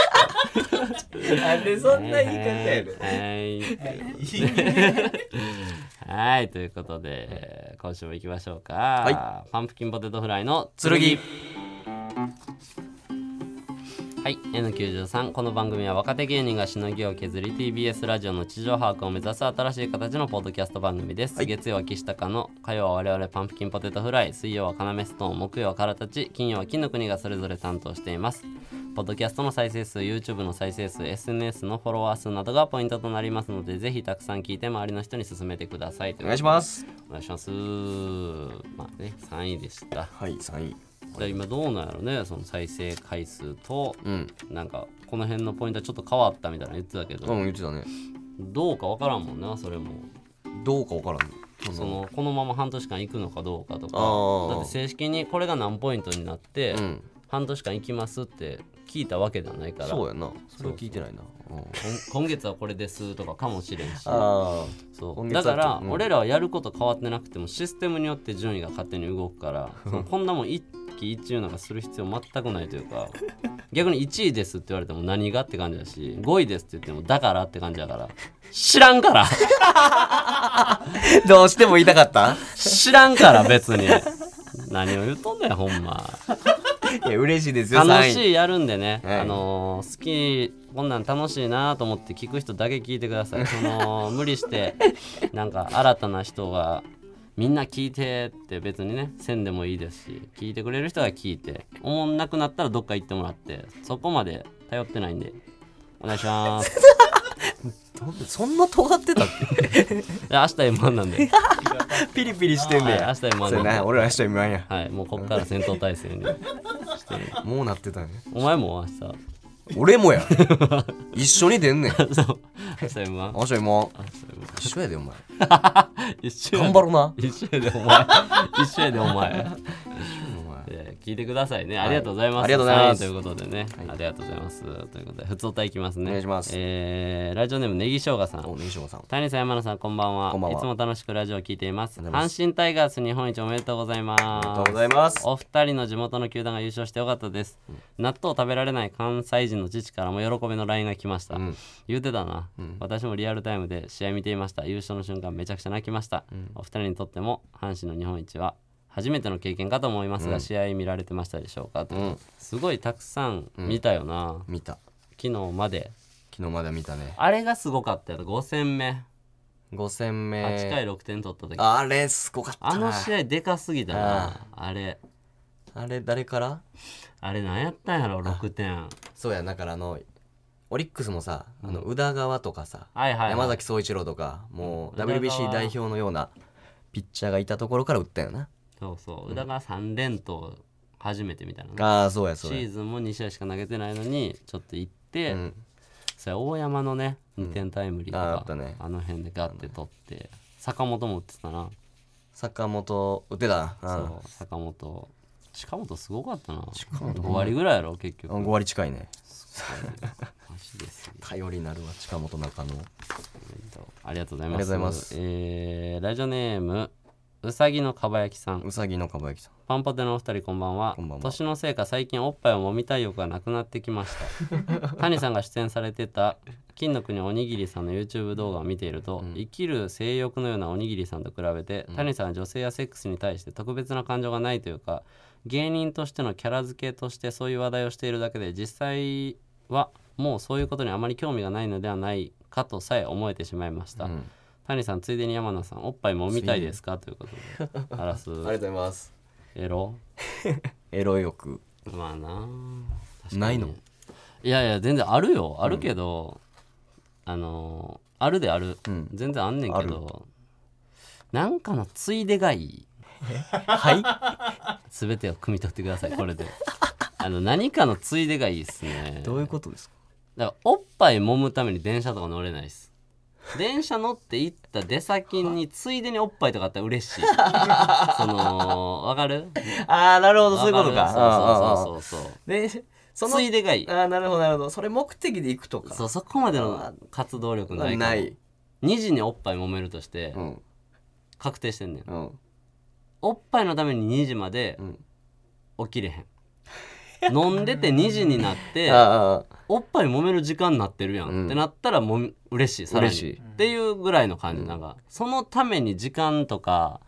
[SPEAKER 2] なんで
[SPEAKER 1] はいはい はいということで今週も行きましょうか、パンプキンポテトフライの
[SPEAKER 2] 剣
[SPEAKER 1] はい N93 この番組は若手芸人がしのぎを削り TBS ラジオの地上把握を目指す新しい形のポッドキャスト番組です、月曜は岸高の火曜は我々パンプキンポテトフライ水曜は要ストーン木曜はからたち金曜は金の国がそれぞれ担当していますポッドキャストの再生数 YouTube の再生数 SNS のフォロワー数などがポイントとなりますのでぜひたくさん聞いて周りの人に勧めてください
[SPEAKER 2] お願いします
[SPEAKER 1] お願いしますまあね3位でした
[SPEAKER 2] はい3位
[SPEAKER 1] で今どうなんやろねその再生回数と
[SPEAKER 2] うん
[SPEAKER 1] なんかこの辺のポイントはちょっと変わったみたいなの言ってたけ
[SPEAKER 2] う
[SPEAKER 1] ど、
[SPEAKER 2] ん言ってたね
[SPEAKER 1] どうかわからんもんなそれも
[SPEAKER 2] どうかわからんそんな
[SPEAKER 1] そのこのまま半年間行くのかどうかと
[SPEAKER 2] あー
[SPEAKER 1] かだって正式にこれが何ポイントになって、
[SPEAKER 2] うん
[SPEAKER 1] 半年間行きますって聞いたわけではないから
[SPEAKER 2] そうやなそれを聞いてないなうん
[SPEAKER 1] 今今月はこれですとかかもしれんし
[SPEAKER 2] あ
[SPEAKER 1] そ
[SPEAKER 2] 今
[SPEAKER 1] う
[SPEAKER 2] 月は
[SPEAKER 1] だ
[SPEAKER 2] ちょ
[SPEAKER 1] か
[SPEAKER 2] っと
[SPEAKER 1] ら
[SPEAKER 2] うん
[SPEAKER 1] 俺らはやること変わってなくてもシステムによって順位が勝手に動くからそのこんなもん一喜一憂なんかする必要全くないというか逆に1位ですって言われても何がって感じだし5位ですって言ってもだからって感じだから知らんから
[SPEAKER 2] あ どうしても言いたかった
[SPEAKER 1] 知らんから別に何を言うとんねんほんま
[SPEAKER 2] いや嬉しいですよ
[SPEAKER 1] 楽し
[SPEAKER 2] 3位
[SPEAKER 1] いやるんでね、
[SPEAKER 2] はい
[SPEAKER 1] あのー好きこんなん楽しいなと思って聞く人だけ聞いてくださいその無理してなんか新たな人がみんな聞いてって別にねせんでもいいですし聞いてくれる人が聞いて思んなくなったらどっか行ってもらってそこまで頼ってないんでお願いします
[SPEAKER 2] そんな尖ってたっ
[SPEAKER 1] で明日 M1 なんで、
[SPEAKER 2] け ピリピリしてんね
[SPEAKER 1] はい、明
[SPEAKER 2] や
[SPEAKER 1] 日 M1
[SPEAKER 2] それ
[SPEAKER 1] なん
[SPEAKER 2] な
[SPEAKER 1] で
[SPEAKER 2] 俺ら明日見まんや
[SPEAKER 1] はいもうこっから戦闘態勢にして
[SPEAKER 2] もうなってたね
[SPEAKER 1] お前も明日
[SPEAKER 2] 俺もや一緒に出 んねん
[SPEAKER 1] そう明日 M1
[SPEAKER 2] 明日も
[SPEAKER 1] 明日 M1
[SPEAKER 2] 一緒やで お前
[SPEAKER 1] 一緒や
[SPEAKER 2] 頑張ろうな
[SPEAKER 1] 一緒やでお前一緒やでお前
[SPEAKER 2] お前
[SPEAKER 1] えー聞いてくださいねありがとうございます、
[SPEAKER 2] ありがとうございます
[SPEAKER 1] さあということでね、ありがとうございますということで普通歌いきます
[SPEAKER 2] お
[SPEAKER 1] ね
[SPEAKER 2] 願いします
[SPEAKER 1] えーラジオネームネギしょうがさん
[SPEAKER 2] お西尾さん
[SPEAKER 1] 谷さん山野さんこんばんは
[SPEAKER 2] こんばんはい
[SPEAKER 1] つも楽しくラジオを聞いています
[SPEAKER 2] ありがとうございます
[SPEAKER 1] 阪神タイガース日本一おめでとうございます
[SPEAKER 2] ありがとうございます
[SPEAKER 1] お二人の地元の球団が優勝してよかったです、納豆を食べられない関西人の父からも喜びの LINE が来ました、
[SPEAKER 2] ん
[SPEAKER 1] 言うてたな、私もリアルタイムで試合見ていました優勝の瞬間めちゃくちゃ泣きました、お二人にとっても阪神の日本一は初めての経験かと思いますが、試合見られてましたでしょうか、と
[SPEAKER 2] ん
[SPEAKER 1] すごいたくさん見たよな、
[SPEAKER 2] 見た
[SPEAKER 1] 昨日まで
[SPEAKER 2] 昨日まで見たね
[SPEAKER 1] あれがすごかったよ5戦目
[SPEAKER 2] 5戦目
[SPEAKER 1] 8回6点取った時、
[SPEAKER 2] あれすごかった
[SPEAKER 1] あ
[SPEAKER 2] な
[SPEAKER 1] の試合でかすぎたなあれ
[SPEAKER 2] あれ誰から
[SPEAKER 1] あれ何やったんやろ6点
[SPEAKER 2] そうやだからあのオリックスもさ、あの宇田川とかさ、
[SPEAKER 1] はいはいはい
[SPEAKER 2] 山崎総一郎とかもう
[SPEAKER 1] 宇田川
[SPEAKER 2] WBC 代表のようなピッチャーがいたところから打ったよな、
[SPEAKER 1] そうそう宇田川3連投初めてみたいなね
[SPEAKER 2] ああそうや
[SPEAKER 1] シ
[SPEAKER 2] そうや
[SPEAKER 1] ーズンも2試合しか投げてないのにちょっと行って、
[SPEAKER 2] ん
[SPEAKER 1] それ大山のね2点タイムリーと
[SPEAKER 2] あーあ
[SPEAKER 1] か
[SPEAKER 2] っ、たね
[SPEAKER 1] あの辺でガッて取って坂本も打ってたな、
[SPEAKER 2] 坂本打てたな
[SPEAKER 1] そう坂本近本すごかったな5割ぐらいやろ結
[SPEAKER 2] う
[SPEAKER 1] 局
[SPEAKER 2] ん5割近いね
[SPEAKER 1] マジですげえ
[SPEAKER 2] 頼りになるわ近本中野
[SPEAKER 1] ありがとうござ
[SPEAKER 2] ありが
[SPEAKER 1] います。
[SPEAKER 2] とうございます
[SPEAKER 1] えーラジオネーム、うさぎのかばやきさん。
[SPEAKER 2] うさぎのかばやきさん
[SPEAKER 1] パンパテのお二人こんばんは
[SPEAKER 2] こんばんは
[SPEAKER 1] 年のせいか最近おっぱいを揉みたい欲がなくなってきました 谷さんが出演されてた金の国おにぎりさんの YouTube 動画を見ていると、生きる性欲のようなおにぎりさんと比べて、谷さんは女性やセックスに対して特別な感情がないというか芸人としてのキャラ付けとしてそういう話題をしているだけで実際はもうそういうことにあまり興味がないのではないかとさえ思えてしまいました、
[SPEAKER 2] ん
[SPEAKER 1] 谷さんついでに山名さんおっぱい揉みたいですかということ であらす
[SPEAKER 2] ありがとうございます
[SPEAKER 1] エロ
[SPEAKER 2] エロ欲
[SPEAKER 1] まあなあ
[SPEAKER 2] ないの
[SPEAKER 1] いやいや全然あるよあるけど、あのーあるである、
[SPEAKER 2] うん
[SPEAKER 1] 全然あんねんけどなんかのついでがいい
[SPEAKER 2] はい
[SPEAKER 1] 全てを汲み取ってくだ さいこれであの何かのついでがいいっすね
[SPEAKER 2] どういうことですか
[SPEAKER 1] だからおっぱい揉むために電車とか乗れないっす電車乗って行った出先についでにおっぱいとかあったら嬉 しいそのわかる
[SPEAKER 2] ああなるほどそういうこと
[SPEAKER 1] わ
[SPEAKER 2] かう
[SPEAKER 1] るそうそうそうそう
[SPEAKER 2] でその
[SPEAKER 1] ついでがいい
[SPEAKER 2] ああなるほどなるほどそれ目的で行くとか
[SPEAKER 1] そうそこまでの活動力ないかも
[SPEAKER 2] ない
[SPEAKER 1] 2時におっぱい揉めるとして
[SPEAKER 2] うん
[SPEAKER 1] 確定してんねん
[SPEAKER 2] うん
[SPEAKER 1] おっぱいのために2時まで
[SPEAKER 2] うん
[SPEAKER 1] 起きれへん飲んでて2時になって
[SPEAKER 2] あ
[SPEAKER 1] おっぱい揉める時間になってるやん、
[SPEAKER 2] うん
[SPEAKER 1] ってなったらもみ嬉しい
[SPEAKER 2] あ
[SPEAKER 1] さらに
[SPEAKER 2] 嬉しい
[SPEAKER 1] っていうぐらいの感じ、なんかそのために時間とか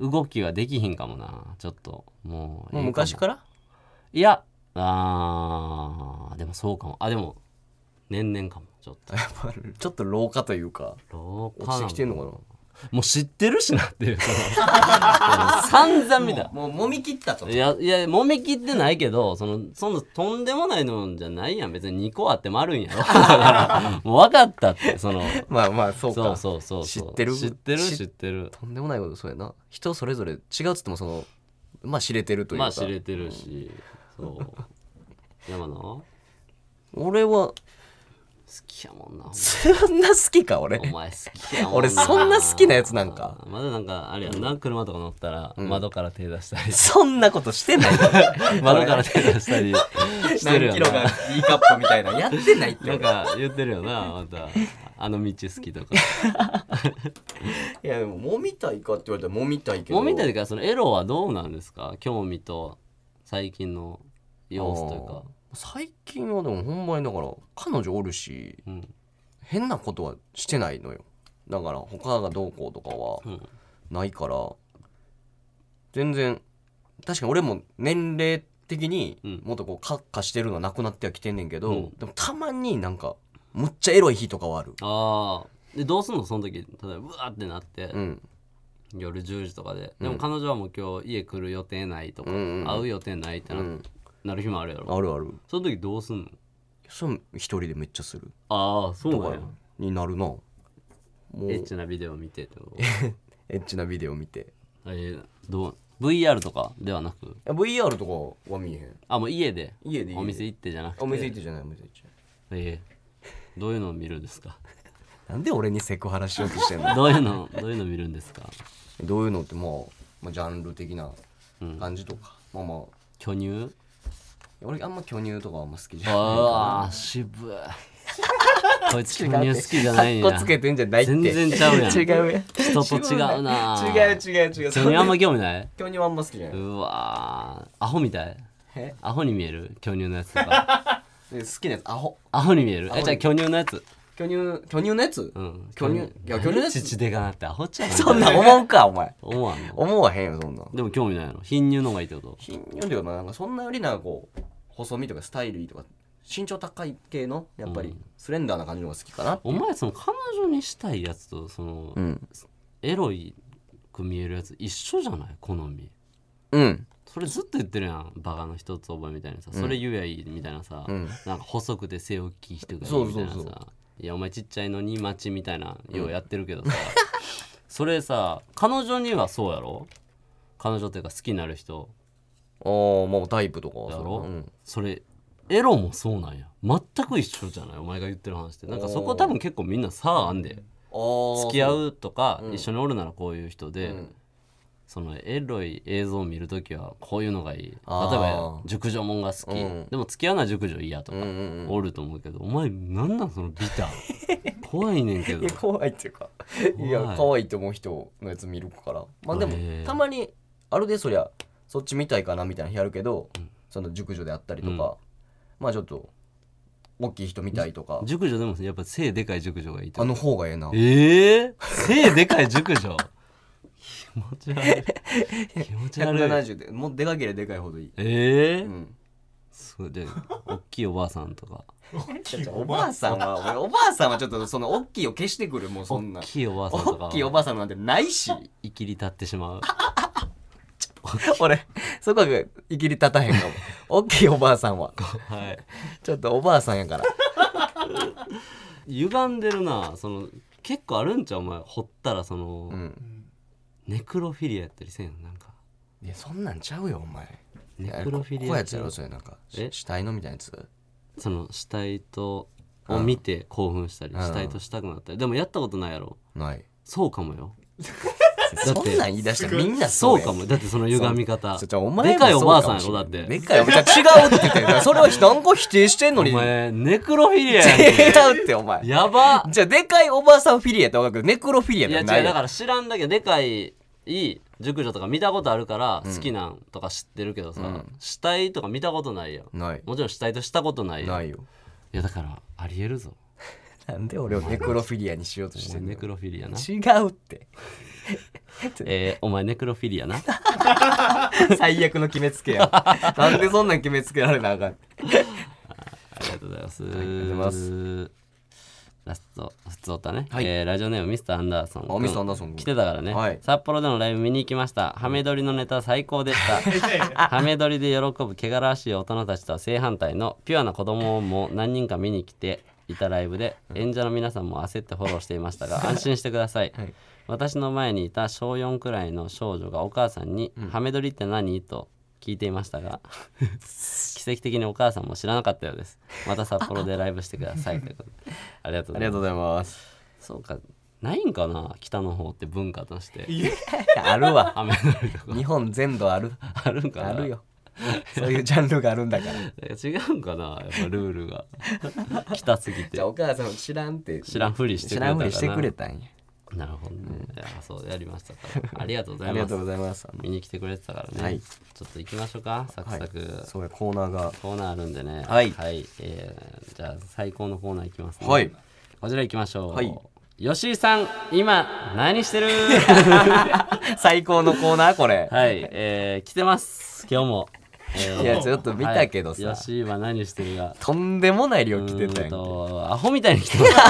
[SPEAKER 1] 動きはできひんかもなちょっともう
[SPEAKER 2] もう昔
[SPEAKER 1] ら
[SPEAKER 2] から
[SPEAKER 1] いやあーでもそうかもあでも年々かもちょっと
[SPEAKER 2] やっぱちょっと老化というか
[SPEAKER 1] 老化
[SPEAKER 2] 落ち
[SPEAKER 1] なの
[SPEAKER 2] てきてんのかな
[SPEAKER 1] もう知ってるしなっていうその 散々見た
[SPEAKER 2] もう揉み切ったと
[SPEAKER 1] いやいや揉み切ってないけどそのそのとんでもないのじゃないやん別に2個あってもあるんやろ だからもう分かったってその
[SPEAKER 2] まあまあそう
[SPEAKER 1] そう
[SPEAKER 2] か
[SPEAKER 1] そうそうそう
[SPEAKER 2] 知ってる
[SPEAKER 1] 知ってる
[SPEAKER 2] 知
[SPEAKER 1] 知ってる
[SPEAKER 2] とんでもないことそうやな人それぞれ違うっつってもそのまあ知れてるというか
[SPEAKER 1] まあ知れてるし、そう山野好
[SPEAKER 2] 俺は
[SPEAKER 1] きやもんな
[SPEAKER 2] そんな好きか俺
[SPEAKER 1] お前好きやもんな
[SPEAKER 2] 俺そんな好きなやつなんか
[SPEAKER 1] まだなんかあれやんな、車とか乗ったら窓から手出した り、
[SPEAKER 2] そんなことして ない
[SPEAKER 1] 窓から手出したりしてるよな
[SPEAKER 2] が B カップみたいなやってないっ
[SPEAKER 1] なんか言ってるよなまたあの道好きとか
[SPEAKER 2] いやでも揉みたいかって言われたら揉みたいけど
[SPEAKER 1] もうみたいからそのエロはどうなんですか興味と最近の様子というか
[SPEAKER 2] あー最近はでもほんまにだから彼女おるし
[SPEAKER 1] うん
[SPEAKER 2] 変なことはしてないのよだから他がどうこうとかは
[SPEAKER 1] うん
[SPEAKER 2] ないから全然確かに俺も年齢的に
[SPEAKER 1] うん
[SPEAKER 2] もっとこうカッカしてるのはなくなってはきてんねんけど、
[SPEAKER 1] うん
[SPEAKER 2] でもたまになんかむっちゃエロい日とかはある
[SPEAKER 1] ああでどうすんのその時例えばうわーってなって、
[SPEAKER 2] うん
[SPEAKER 1] 夜10時とかで
[SPEAKER 2] うん
[SPEAKER 1] でも彼女はもう今日家来る予定ないとか、
[SPEAKER 2] うんうん
[SPEAKER 1] 会う予定ないって
[SPEAKER 2] う
[SPEAKER 1] な,、
[SPEAKER 2] ん
[SPEAKER 1] なる日もあるやろ
[SPEAKER 2] あるある
[SPEAKER 1] その時どうすんの
[SPEAKER 2] それ一人でめっちゃする
[SPEAKER 1] ああそう
[SPEAKER 2] と
[SPEAKER 1] なん
[SPEAKER 2] か
[SPEAKER 1] や
[SPEAKER 2] になるなもう
[SPEAKER 1] エ
[SPEAKER 2] エ
[SPEAKER 1] ッ
[SPEAKER 2] ッ
[SPEAKER 1] チなビデオ見てってこと
[SPEAKER 2] チなビデオ見て
[SPEAKER 1] えーどう VR とかではなく
[SPEAKER 2] いや VR とかは見えへん
[SPEAKER 1] あもう家で
[SPEAKER 2] 家で家で
[SPEAKER 1] お店行ってじゃなくて
[SPEAKER 2] お店行ってじゃないお店行ってじゃない
[SPEAKER 1] えーどういうのを見るんですか
[SPEAKER 2] なんで俺にセクハラしようとしてんの
[SPEAKER 1] どういうのどういうの見るんですか
[SPEAKER 2] どういうのってまあ、まあ、ジャンル的な感じとか、まあま あ
[SPEAKER 1] 巨乳
[SPEAKER 2] 俺あんま巨乳とかはあんま好きじゃない
[SPEAKER 1] ああ渋い こいつ巨乳好きじゃないん
[SPEAKER 2] かっ
[SPEAKER 1] や
[SPEAKER 2] こつけてんじゃないって
[SPEAKER 1] 全然ちゃうやん
[SPEAKER 2] 違うやん
[SPEAKER 1] 人と違うな
[SPEAKER 2] 違う違う違う
[SPEAKER 1] 巨乳あんま興味ない
[SPEAKER 2] 巨乳はあんま好きじゃないう
[SPEAKER 1] わーアホみたい
[SPEAKER 2] え
[SPEAKER 1] アホに見える巨乳のやつと か
[SPEAKER 2] で好きなやつアホ
[SPEAKER 1] アホに見える
[SPEAKER 2] アホ
[SPEAKER 1] え
[SPEAKER 2] に
[SPEAKER 1] じゃあ巨乳のやつ
[SPEAKER 2] 巨乳巨乳のやつ、
[SPEAKER 1] うん
[SPEAKER 2] 巨乳いや巨乳のやつ
[SPEAKER 1] 父でかなってアホちゃう
[SPEAKER 2] そんなん思うかお前
[SPEAKER 1] 思わんの
[SPEAKER 2] 思わへんよそんなん
[SPEAKER 1] でも興味ないの貧乳の方がいいってこと
[SPEAKER 2] 貧乳ではなんかそんなよりなんかこう細身とかスタイルいいとか身長高い系のやっぱ
[SPEAKER 1] う
[SPEAKER 2] り
[SPEAKER 1] ん
[SPEAKER 2] スレンダーな感じの方が好きかな
[SPEAKER 1] お前その彼女にしたいやつとその、
[SPEAKER 2] うん
[SPEAKER 1] エロいく見えるやつ一緒じゃない好み
[SPEAKER 2] うん
[SPEAKER 1] それずっと言ってるやんバカの一つ覚えみたいなさ、それ言えばいいみたいなさ、
[SPEAKER 2] ん
[SPEAKER 1] なんか細くて背大きい人がい
[SPEAKER 2] そ
[SPEAKER 1] いうみ
[SPEAKER 2] そ
[SPEAKER 1] たいうな
[SPEAKER 2] そ
[SPEAKER 1] さ
[SPEAKER 2] う
[SPEAKER 1] いやお前ちっちゃいのに待ちみたいなようやってるけどさ、 それさ彼女にはそうやろ彼女っていうか好きになる人
[SPEAKER 2] ああまあタイプとかは
[SPEAKER 1] や
[SPEAKER 2] そう
[SPEAKER 1] ろ、
[SPEAKER 2] うん
[SPEAKER 1] それエロもそうなんや全く一緒じゃないお前が言ってる話ってなんかそこ多分結構みんな差あんで付
[SPEAKER 2] 付
[SPEAKER 1] き合
[SPEAKER 2] う
[SPEAKER 1] うとか、
[SPEAKER 2] うん
[SPEAKER 1] 一緒におるならこういう人で、
[SPEAKER 2] うん
[SPEAKER 1] そのエロい映像を見るときはこういうのがいい例え
[SPEAKER 2] あー
[SPEAKER 1] ば熟女もんが好
[SPEAKER 2] う
[SPEAKER 1] き、
[SPEAKER 2] ん
[SPEAKER 1] でも付き合うのは熟女嫌と
[SPEAKER 2] う
[SPEAKER 1] か
[SPEAKER 2] ん、うん
[SPEAKER 1] おると思うけどお前なんなんそのビター 怖いねんけ
[SPEAKER 2] うんい
[SPEAKER 1] ど
[SPEAKER 2] や怖いっていうか
[SPEAKER 1] 怖い
[SPEAKER 2] いや可愛いと思う人のやつ見るからまあでも
[SPEAKER 1] へー
[SPEAKER 2] たまにあるでそりゃそっち見たいかなみたいな日あるけどその熟女であったりとかまあちょっと大きい人見たいとか
[SPEAKER 1] 熟女でもやっぱ背でかい熟女がいいと
[SPEAKER 2] あの方がええな
[SPEAKER 1] ええ背でかい熟女気持ち悪い気持ち悪い
[SPEAKER 2] 170でもうでかければでかいほどいい、
[SPEAKER 1] ええ
[SPEAKER 2] うん、
[SPEAKER 1] そ うで大きいおばあさんとか
[SPEAKER 2] おばあさんは俺おばあさんはちょっとその大きいを消してくるもうそんな
[SPEAKER 1] 大きいおばあさんとか
[SPEAKER 2] 大きいおばあさんなんてないし
[SPEAKER 1] いきり立ってしまう
[SPEAKER 2] 俺そこはイギリ立たへん かも大きいおばあさんは
[SPEAKER 1] はい
[SPEAKER 2] ちょっとおばあさんやから
[SPEAKER 1] 歪んでるなその結構あるんちゃうお前掘ったらその、
[SPEAKER 2] うん
[SPEAKER 1] ネクロフィリアやったりせんのなんか
[SPEAKER 2] いやそんなんちゃうよお前
[SPEAKER 1] ネクロフィ
[SPEAKER 2] いやこ
[SPEAKER 1] リ
[SPEAKER 2] こう
[SPEAKER 1] ア
[SPEAKER 2] や
[SPEAKER 1] っ
[SPEAKER 2] つ
[SPEAKER 1] て
[SPEAKER 2] やろそれなんか
[SPEAKER 1] え
[SPEAKER 2] 死体のみたいなやつ
[SPEAKER 1] その死体とを見て興奮したり
[SPEAKER 2] うん
[SPEAKER 1] 死体としたくなったりでもやったことないやろ
[SPEAKER 2] ない
[SPEAKER 1] そうかもよ
[SPEAKER 2] そんなん言い出したらみんな
[SPEAKER 1] そ
[SPEAKER 2] そう
[SPEAKER 1] う
[SPEAKER 2] や
[SPEAKER 1] かもだってその歪み方
[SPEAKER 2] そうじゃあお前
[SPEAKER 1] で
[SPEAKER 2] も
[SPEAKER 1] かい
[SPEAKER 2] そ
[SPEAKER 1] お
[SPEAKER 2] う
[SPEAKER 1] ばあ
[SPEAKER 2] か
[SPEAKER 1] さん
[SPEAKER 2] も
[SPEAKER 1] や
[SPEAKER 2] しれ
[SPEAKER 1] ろだ
[SPEAKER 2] い
[SPEAKER 1] って
[SPEAKER 2] でかいおばあちゃん違うって言ってるからそれは何個否定してんの
[SPEAKER 1] お
[SPEAKER 2] に違う
[SPEAKER 1] 前ネクロフィ リアやんけ
[SPEAKER 2] ってお前
[SPEAKER 1] やば
[SPEAKER 2] じゃあでかいおばあさんフィリアって分かるけどネクロフィリア
[SPEAKER 1] い
[SPEAKER 2] で
[SPEAKER 1] や
[SPEAKER 2] はない
[SPEAKER 1] 違
[SPEAKER 2] や
[SPEAKER 1] うだ
[SPEAKER 2] ん
[SPEAKER 1] から知らんだけどでかいいい熟女とか見たことあるから好きなんとか知ってるけどさ、
[SPEAKER 2] うん
[SPEAKER 1] 死体とか見たことないやん
[SPEAKER 2] ない
[SPEAKER 1] もちろん死体としたことないやん
[SPEAKER 2] ないいよ
[SPEAKER 1] やだからありえるぞ
[SPEAKER 2] なんで俺をネクロフィリアにしようとして
[SPEAKER 1] お前
[SPEAKER 2] んの
[SPEAKER 1] ネクロフィリアな
[SPEAKER 2] 違うって
[SPEAKER 1] えー、お前ネクロフィリアな
[SPEAKER 2] 最悪の決めつけ やんなんでそんなん決めつけられなあかん
[SPEAKER 1] ありがとうございます、
[SPEAKER 2] ありがとうござい
[SPEAKER 1] ラスト普通歌ね、
[SPEAKER 2] はい
[SPEAKER 1] えーラジオネームミスターアンダーソン君
[SPEAKER 2] あミスターアンダーソン君
[SPEAKER 1] 来てたからね、
[SPEAKER 2] はい
[SPEAKER 1] 札幌でのライブ見に行きましたハメ撮りのネタ最高でした ハメ撮りで喜ぶ汚らわしい大人たちとは正反対のピュアな子供も何人か見に来ていたライブで演者の皆さんも焦ってフォローしていましたが安心してください、
[SPEAKER 2] はい
[SPEAKER 1] 私の前にいた小4くらいの少女がお母さんに「ハメ撮りって何?」と聞いていました が奇跡的にお母さんも知らなかったようですまた札幌でライブしてくださいということでありがとう
[SPEAKER 2] あ
[SPEAKER 1] ご
[SPEAKER 2] り
[SPEAKER 1] ざ
[SPEAKER 2] がとう
[SPEAKER 1] いま
[SPEAKER 2] ございます
[SPEAKER 1] すそうかないんかな北の方って文化として
[SPEAKER 2] あるわ
[SPEAKER 1] ハメ撮りとか
[SPEAKER 2] 日本全土ある
[SPEAKER 1] あるんかな
[SPEAKER 2] あるよそういうジャンルがあるん だから
[SPEAKER 1] 違うんかなやっぱルー ルが北すぎて
[SPEAKER 2] じゃあお母さん知らんって
[SPEAKER 1] 知らんふりしてくれた
[SPEAKER 2] 知ら
[SPEAKER 1] か
[SPEAKER 2] ん
[SPEAKER 1] な
[SPEAKER 2] ふりしてくれたんや
[SPEAKER 1] なるほどねいやそうやりましたからありがとうござ
[SPEAKER 2] あ
[SPEAKER 1] い
[SPEAKER 2] りが
[SPEAKER 1] ます
[SPEAKER 2] とうございます
[SPEAKER 1] 見に来てくれてたからね、
[SPEAKER 2] はい
[SPEAKER 1] ちょっと行きましょうかサクサク、
[SPEAKER 2] そうやコーナーが
[SPEAKER 1] コーナーあるんでね
[SPEAKER 2] はい
[SPEAKER 1] えーじゃあ最高のコーナーいきますね
[SPEAKER 2] はい
[SPEAKER 1] こちらいきましょう
[SPEAKER 2] はい
[SPEAKER 1] 吉井さん今何し てる
[SPEAKER 2] 最高のコーナーこれ
[SPEAKER 1] はいえー、来てます今日も、えー
[SPEAKER 2] いやちょっと見たけど
[SPEAKER 1] は
[SPEAKER 2] さ
[SPEAKER 1] い吉井は何してるが
[SPEAKER 2] とんでもない量来てた
[SPEAKER 1] うーん
[SPEAKER 2] やんけ
[SPEAKER 1] とアホみたいに 来てました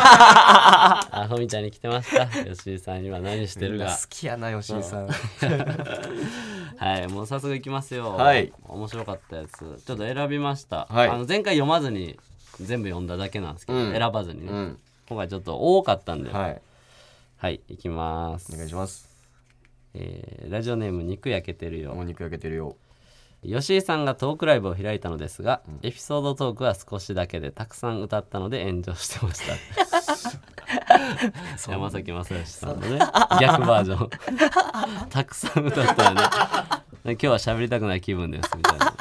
[SPEAKER 1] アホみたいに来てました吉井さん今何して
[SPEAKER 2] み
[SPEAKER 1] る
[SPEAKER 2] んな
[SPEAKER 1] が
[SPEAKER 2] 好きやな吉井さん
[SPEAKER 1] はいもう早速いきますよ
[SPEAKER 2] はい
[SPEAKER 1] 面白かったやつちょっと選びました、
[SPEAKER 2] はい
[SPEAKER 1] あの前回読まずに全部読んだだけなんですけど、
[SPEAKER 2] うん
[SPEAKER 1] 選ばずにね、
[SPEAKER 2] うん
[SPEAKER 1] 今回ちょっと多かったんではい、
[SPEAKER 2] はい
[SPEAKER 1] いきま
[SPEAKER 2] お願
[SPEAKER 1] す、
[SPEAKER 2] いします
[SPEAKER 1] えーラジオネーム肉焼けてるよ
[SPEAKER 2] お肉焼けてるよ
[SPEAKER 1] 吉井さんがトークライブを開いたのですが、エピソードトークは少しだけでたくさん歌ったので炎上してました山崎まさよしさんのね逆バージョンたくさん歌ったよね今日は喋りたくない気分ですみたいな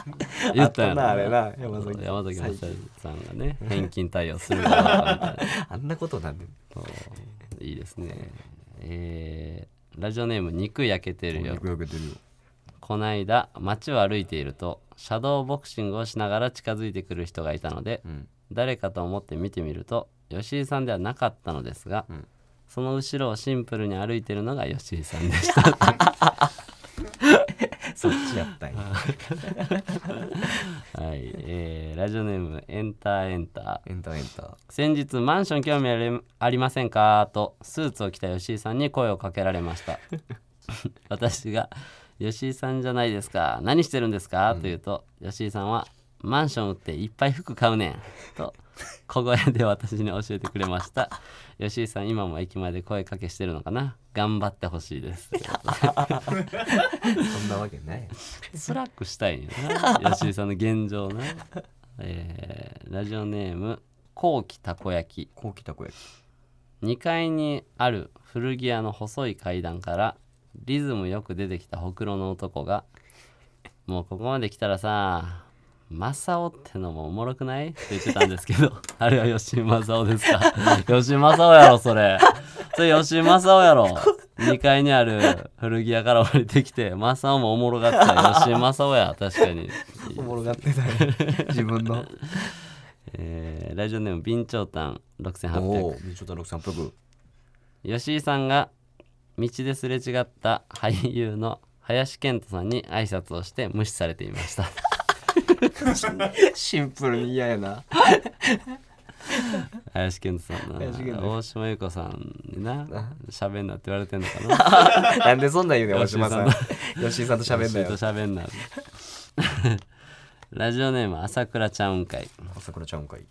[SPEAKER 1] 言ったよ
[SPEAKER 2] あったなあれな山崎
[SPEAKER 1] 山崎まさよしさんがね返金対応するかどうかみたいな
[SPEAKER 2] あんなことなんで
[SPEAKER 1] いいですね。えーラジオネーム肉焼けてるよ。
[SPEAKER 2] 肉焼けてるよ
[SPEAKER 1] こないだ街を歩いているとシャドーボクシングをしながら近づいてくる人がいたので、
[SPEAKER 2] ん
[SPEAKER 1] 誰かと思って見てみると吉井さんではなかったのですが、
[SPEAKER 2] ん
[SPEAKER 1] その後ろをシンプルに歩いてるのが吉井さんでした。
[SPEAKER 2] そっちやったんや
[SPEAKER 1] はい、えーラジオネームエンターエンター。
[SPEAKER 2] エンターエンター
[SPEAKER 1] 先日マンション興味ありありませんかとスーツを着た吉井さんに声をかけられました 私が「吉井さんじゃないですか何してるんですか?」と言うと、吉井さんは「マンション売っていっぱい服買うねん」と小声で私に教えてくれました吉井さん今も駅前で声かけしてるのかな頑張ってほしいです
[SPEAKER 2] そんなわけない
[SPEAKER 1] スラックしたいんやな吉井さんの現状な、えーラジオネーム後期たこ焼き
[SPEAKER 2] こう来たこや
[SPEAKER 1] 2階にある古着屋の細い階段からリズムよく出てきたほくろの男が「もうここまで来たらさマサオってのもおもろくない?」って言ってたんですけど あれは吉井マサオですか吉井マサオやろそれそれ吉井マサオやろ2階にある古着屋から降りてきてマサオもおもろがってた吉井マサオや確かに
[SPEAKER 2] おもろがってたね 自分の
[SPEAKER 1] えーラジオネーム備長炭6800
[SPEAKER 2] おおみちょた6800
[SPEAKER 1] 吉井さんが道ですれ違った俳優の林健人さんに挨拶をして無視されていま した
[SPEAKER 2] シンプルに嫌やな
[SPEAKER 1] 林健人さんな
[SPEAKER 2] 林健人
[SPEAKER 1] 大島優子さんに な
[SPEAKER 2] あ
[SPEAKER 1] 喋んなって言われてんのかな
[SPEAKER 2] なんでそんなん言うねん大
[SPEAKER 1] 吉井さ
[SPEAKER 2] 島
[SPEAKER 1] ん
[SPEAKER 2] さん吉井さんと喋んな
[SPEAKER 1] 吉井
[SPEAKER 2] よ
[SPEAKER 1] と喋んな ラジオネーム朝倉ちゃうんかい
[SPEAKER 2] 朝倉ちゃうんかい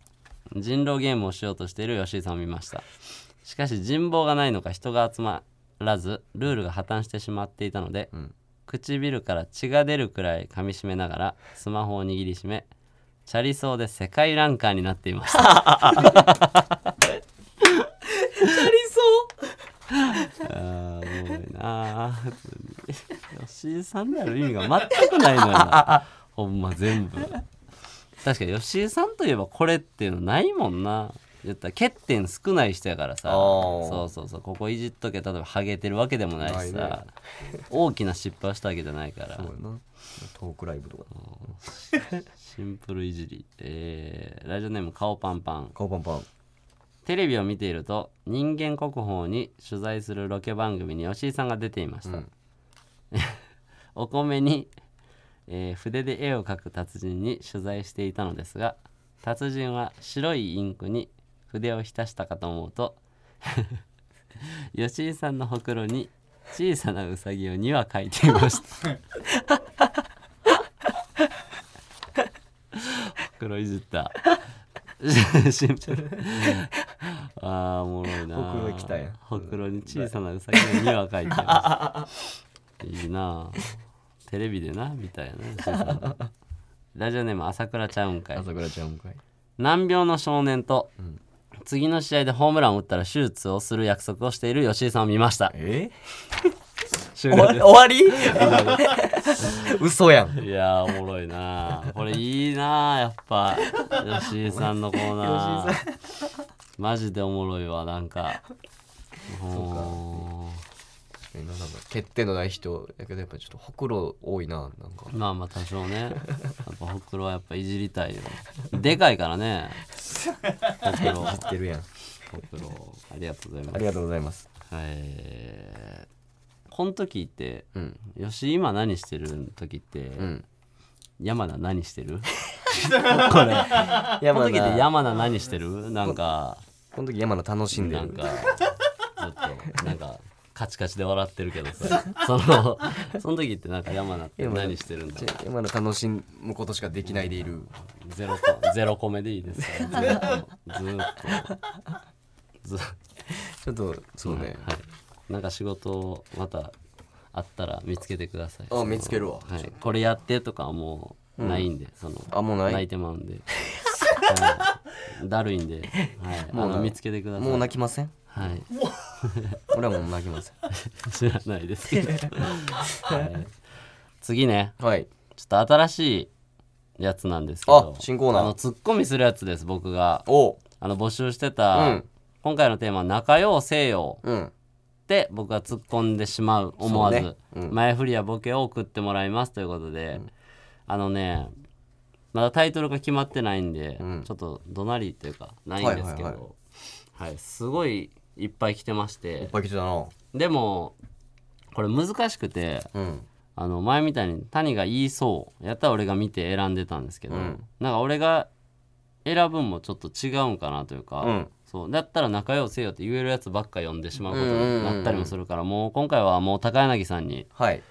[SPEAKER 1] 人狼ゲームをしようとしている吉井さんを見ましたしかし人望がないのか人が集まらずルールが破綻してしまっていたので、
[SPEAKER 2] ん
[SPEAKER 1] 唇から血が出るくらい噛みしめながらスマホを握りしめチャリ走で世界ランカーになっていました
[SPEAKER 2] ありそ
[SPEAKER 1] あーもろいなあ普通に吉井さんである意味が全くないのよなほんま全部確かに吉井さんといえばこれっていうのないもんな言ったら欠点少ない人やからさ
[SPEAKER 2] あー
[SPEAKER 1] そうそうそうここいじっとけ例えばハゲてるわけでもないしさ
[SPEAKER 2] ない
[SPEAKER 1] 大きな失敗をしたわけじゃないから
[SPEAKER 2] そうやなトークライブとか
[SPEAKER 1] シンプルいじりえーラジオネーム顔パンパン
[SPEAKER 2] 顔パンパン
[SPEAKER 1] テレビを見ていると人間国宝に取材するロケ番組に吉井さんが出ていました、
[SPEAKER 2] うん
[SPEAKER 1] お米に、えー筆で絵を描く達人に取材していたのですが達人は白いインクに筆を浸したかと思うと 吉井さんのほくろに小さなウサギを2羽描いていました ほくろいじった シンプルああおもろいな
[SPEAKER 2] ほくろ来たやん
[SPEAKER 1] ほくろに小さなウサギの2羽描いてま したいいなあテレビでなみたいなね小さなラジオネーム朝倉ちゃうんかい
[SPEAKER 2] 朝倉ちゃんかい
[SPEAKER 1] 難病の少年と、次の試合でホームランを打ったら手術をする約束をしている吉井さんを見ました
[SPEAKER 2] え
[SPEAKER 1] 終
[SPEAKER 2] 終
[SPEAKER 1] 了
[SPEAKER 2] わ
[SPEAKER 1] で
[SPEAKER 2] 終
[SPEAKER 1] す
[SPEAKER 2] わり 嘘やん
[SPEAKER 1] いやーおもろいなあこれいいなあやっぱ吉井さんのコーナーマジでおもろいわなんかお
[SPEAKER 2] えなんだろう欠点のない人やけどやっぱちょっとほくろ多いななんか
[SPEAKER 1] ーまあまあ多少ねやっぱほくろはやっぱいじりたいよでかいからねほくろ
[SPEAKER 2] 知ってるやん
[SPEAKER 1] ほくろありがとうござい
[SPEAKER 2] あ
[SPEAKER 1] ま
[SPEAKER 2] り
[SPEAKER 1] す
[SPEAKER 2] がとうございます
[SPEAKER 1] えーこの時って
[SPEAKER 2] うん
[SPEAKER 1] 吉井今何してる時って、
[SPEAKER 2] うん
[SPEAKER 1] 山名何してるこれこの時って
[SPEAKER 2] 山
[SPEAKER 1] 山名何してるなんか
[SPEAKER 2] この時山の楽しんで
[SPEAKER 1] なん
[SPEAKER 2] る
[SPEAKER 1] かちょっとなんかカチカチで笑ってるけどさそのその時ってなんか山名って
[SPEAKER 2] 山名
[SPEAKER 1] 何し てるんだ
[SPEAKER 2] じゃ山の楽しむことしかできないでいる
[SPEAKER 1] ゼロコゼロコメでいいです かずーっとずーっとず
[SPEAKER 2] ちょっとそうね、
[SPEAKER 1] はい、なんか仕事をまたあったら見つけてください
[SPEAKER 2] あ見つけるわ
[SPEAKER 1] はい、これやってとかはもうないんで、その
[SPEAKER 2] あもうない
[SPEAKER 1] 泣いてまう んで、はい、だるいんで、はい、
[SPEAKER 2] もう
[SPEAKER 1] あ
[SPEAKER 2] な
[SPEAKER 1] の見つけてください
[SPEAKER 2] もう泣きません
[SPEAKER 1] はい、
[SPEAKER 2] 俺はもう泣きません
[SPEAKER 1] 知らないです けど、はい、次ね
[SPEAKER 2] はい
[SPEAKER 1] ちょっと新しいやつなんですけど
[SPEAKER 2] あ新コーナー
[SPEAKER 1] あのツッコミするやつです僕が
[SPEAKER 2] おう
[SPEAKER 1] あの募集してた、
[SPEAKER 2] うん
[SPEAKER 1] 今回のテーマ「仲ようせよ」
[SPEAKER 2] うん
[SPEAKER 1] って僕が突っ込んでしまう思わず、
[SPEAKER 2] そうねうん
[SPEAKER 1] 前振りやボケを送ってもらいますということで、あのねまだタイトルが決まってないんで、
[SPEAKER 2] うん
[SPEAKER 1] ちょっとどなりというかないんですけど、
[SPEAKER 2] は
[SPEAKER 1] はいい
[SPEAKER 2] はい
[SPEAKER 1] すごいいっぱい来てまして
[SPEAKER 2] ぱい来てたな
[SPEAKER 1] でもこれ難しくて
[SPEAKER 2] うん
[SPEAKER 1] あの前みたいに谷が言いそうやったら俺が見て選んでたんですけど、
[SPEAKER 2] うん
[SPEAKER 1] なんか俺が選ぶんもちょっと違うんかなというか、
[SPEAKER 2] うん
[SPEAKER 1] そうだったら仲良せよって言えるやつばっか読んでしまうことになったりもするから、もう今回はもう高柳さんに
[SPEAKER 2] はい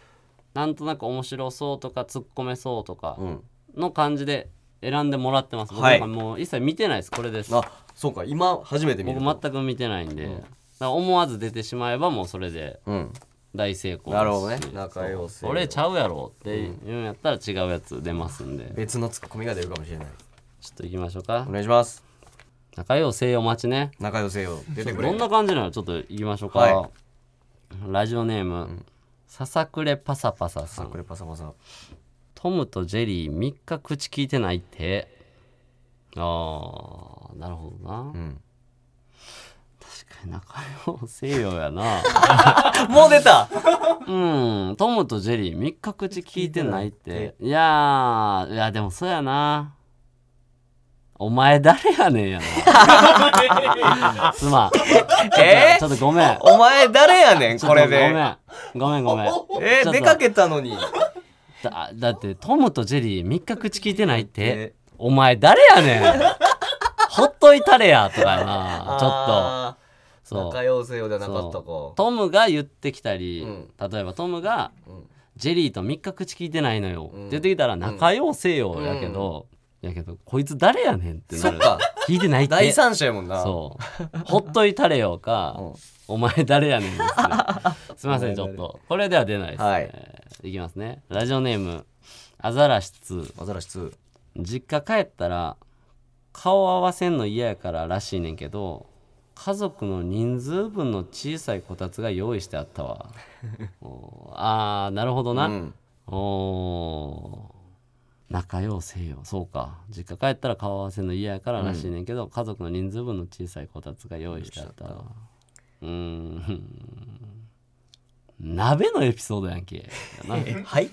[SPEAKER 1] なんとなく面白そうとか突っ込めそうとか
[SPEAKER 2] うん
[SPEAKER 1] の感じで選んでもらってます、
[SPEAKER 2] はい
[SPEAKER 1] 僕なんかもう一切見てないですこれです
[SPEAKER 2] あそうか今初めて見る
[SPEAKER 1] 僕全く見てないんで、だから思わず出てしまえばもうそれで
[SPEAKER 2] うん
[SPEAKER 1] 大成功ですし
[SPEAKER 2] なるほどね仲良せよ
[SPEAKER 1] 俺ちゃうやろっていうんやったら違うやつ出ますんで、ちょ
[SPEAKER 2] 別のツッコミが出るかもしれない
[SPEAKER 1] っと行きましょうか
[SPEAKER 2] お願いします
[SPEAKER 1] 仲良せよ待ちね
[SPEAKER 2] 仲良せよ出てく
[SPEAKER 1] ど
[SPEAKER 2] れ
[SPEAKER 1] んな感じなのちょっと行きましょうか、
[SPEAKER 2] は
[SPEAKER 1] ラジオネームささくれパサパサさ
[SPEAKER 2] さ
[SPEAKER 1] ん
[SPEAKER 2] これパサパサ
[SPEAKER 1] トムとジェリー3日口聞いてないってあーなるほどな、
[SPEAKER 2] ん
[SPEAKER 1] 確かに仲良せよや な
[SPEAKER 2] もう出た
[SPEAKER 1] うんトムとジェリー3日口聞いてないっていやーいやでもそうやなお前誰やねんや なすまん
[SPEAKER 2] え
[SPEAKER 1] ちょっとごめん
[SPEAKER 2] お前誰やねんこれで
[SPEAKER 1] ごめんごめんごめん
[SPEAKER 2] え
[SPEAKER 1] ちょっと
[SPEAKER 2] 出かけたのに
[SPEAKER 1] だだってトムとジェリー3日口聞いてないって
[SPEAKER 2] え
[SPEAKER 1] お前誰 やねんほっといたれやとかやなちょっ
[SPEAKER 2] あ
[SPEAKER 1] と
[SPEAKER 2] ー
[SPEAKER 1] そう
[SPEAKER 2] 仲良せよじゃなかったか
[SPEAKER 1] そうトムが言ってきたり、例えばトムが
[SPEAKER 2] うん
[SPEAKER 1] 「ジェリーと3日口聞いてないのよ」
[SPEAKER 2] うん
[SPEAKER 1] って言ってきたら「仲ようせよ」やけど、やけどこいつ誰やねんってな
[SPEAKER 2] そ
[SPEAKER 1] る
[SPEAKER 2] っか
[SPEAKER 1] 聞いてないって
[SPEAKER 2] 第三者やもんな
[SPEAKER 1] そうほっといたれよか、
[SPEAKER 2] うん
[SPEAKER 1] お前誰やねん ですねすいませんちょっとこれでは出ないですね、、
[SPEAKER 2] はい
[SPEAKER 1] きますねラジオネームアザラシ2
[SPEAKER 2] アザラシ2
[SPEAKER 1] 実家帰ったら顔合わせんの嫌やかららしいねんけど家族の人数分の小さいこたつが用意してあった わおーあーなるほどな、
[SPEAKER 2] うん
[SPEAKER 1] おー仲ようせよそうか実家帰ったら顔合わせの嫌やかららしいねんけど、家族の人数分の小さいこたつが用意してあったわうーん 鍋のエピソードやんけやな
[SPEAKER 3] はい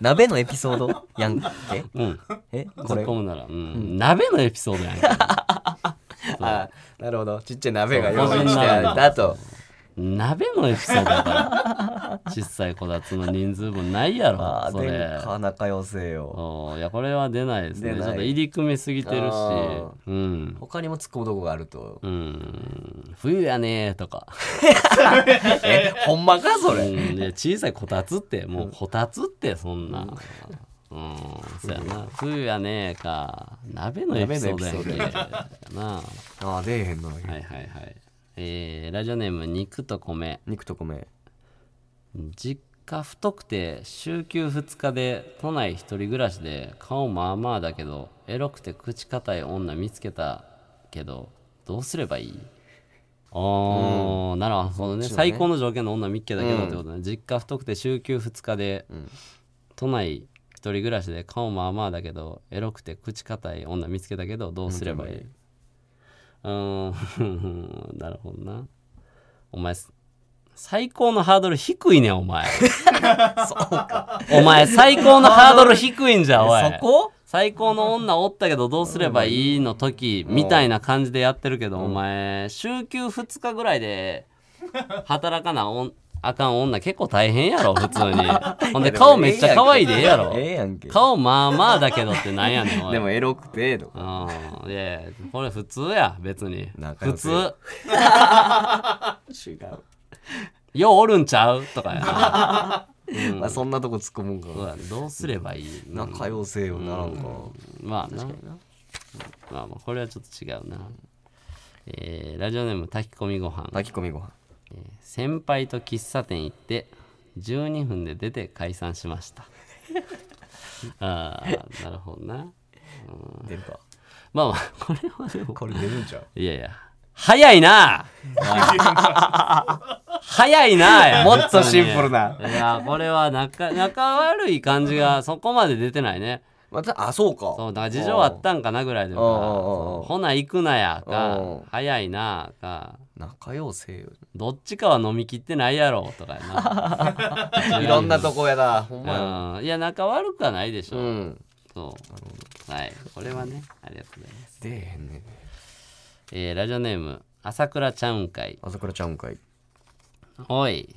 [SPEAKER 3] 鍋のエピソードやんけ
[SPEAKER 1] うん
[SPEAKER 3] えこ
[SPEAKER 1] 突っ
[SPEAKER 3] れ
[SPEAKER 1] 込むなら、うん鍋のエピソードやんけ
[SPEAKER 2] あーなるほどちっちゃい鍋が
[SPEAKER 1] そう
[SPEAKER 2] 用意してあったと
[SPEAKER 1] 鍋のエピソードだから小さいこたつの人数分ないや
[SPEAKER 3] あ
[SPEAKER 1] ろ
[SPEAKER 3] ー
[SPEAKER 1] それ
[SPEAKER 3] でか中よせよ
[SPEAKER 1] おーいやこれは出ないですね
[SPEAKER 2] 出
[SPEAKER 1] ち
[SPEAKER 2] ない
[SPEAKER 1] ょっと入り組みすぎてるし
[SPEAKER 2] あ
[SPEAKER 1] うん
[SPEAKER 2] 他にも突っ込むとこがあると
[SPEAKER 1] うん冬やねーとか、
[SPEAKER 2] えほんまかそ
[SPEAKER 1] うん、
[SPEAKER 2] れ
[SPEAKER 1] いや小さいこたつってもうこたつってそんなうん、そうやな冬やねーか鍋のエピソードやんけ
[SPEAKER 2] 鍋のエピ
[SPEAKER 1] なは
[SPEAKER 2] ああ出えへんない
[SPEAKER 1] はいはいえーラジオネーム肉と米
[SPEAKER 2] 肉と米
[SPEAKER 1] 実家太くて週休2日で都内一人暮らしで顔まあまあだけどエロくて口硬い女見つけたけどどうすればいいああ、なるほどね
[SPEAKER 2] ちろんね
[SPEAKER 1] 最高の条件の女見っけだけどってことね、実家太くて週休2日で、都内一人暮らしで顔まあまあだけどエロくて口硬い女見つけたけどどうすればいいうーん なるほどなお前最高のハードル低いねんお前お前最高のハードル低いんじゃおい
[SPEAKER 3] そこ
[SPEAKER 1] 最高の女おったけどどうすればいいの時みたいな感じでやってるけど、お前週休2日ぐらいで働かなおんあかん女結構大変やろ普通にほんで顔めっちゃ可愛いでええやろ
[SPEAKER 3] ええやんけ
[SPEAKER 1] 顔まあまあだけどってなんやねんお い
[SPEAKER 2] でもエロくてとか
[SPEAKER 1] うんいやいやこれ普通や別に
[SPEAKER 2] 仲良
[SPEAKER 1] 普
[SPEAKER 2] く
[SPEAKER 1] 通
[SPEAKER 2] 違う
[SPEAKER 1] ようおるんちゃうとかやな
[SPEAKER 2] まあそんなとこ突っ込むん
[SPEAKER 1] そう
[SPEAKER 2] か
[SPEAKER 1] やねどうすればいいの
[SPEAKER 2] 仲良せよななんか
[SPEAKER 1] まあなまあまあこれはちょっと違うな、えーラジオネーム炊き込みご飯、
[SPEAKER 2] 炊き込みご飯
[SPEAKER 1] 先輩と喫茶店行って12分で出て解散しました ああなるほどな
[SPEAKER 2] 出るか
[SPEAKER 1] まあまあこれはでも
[SPEAKER 2] これ出るんちゃう
[SPEAKER 1] いやいや早いな早い な
[SPEAKER 2] もっとシンプルない
[SPEAKER 1] やこれは仲仲悪い感じがそこまで出てないね
[SPEAKER 2] またあそうか
[SPEAKER 1] そうだから事情あったんかなぐらいでも
[SPEAKER 2] おう
[SPEAKER 1] か
[SPEAKER 2] おうおう
[SPEAKER 1] そうほな行くなや
[SPEAKER 2] おう
[SPEAKER 1] か早いなか
[SPEAKER 2] 仲良せよ
[SPEAKER 1] どっちかは飲み切ってないやろとかやな
[SPEAKER 2] いろんなとこやなほんまや
[SPEAKER 1] うんいや仲悪くはないでしょ、
[SPEAKER 2] うん
[SPEAKER 1] そうはいこれはねありがとうございます、
[SPEAKER 2] 出えへんねん
[SPEAKER 1] えーラジオネーム朝倉ちゃうんかい
[SPEAKER 2] 朝倉ちゃうんかい
[SPEAKER 1] おい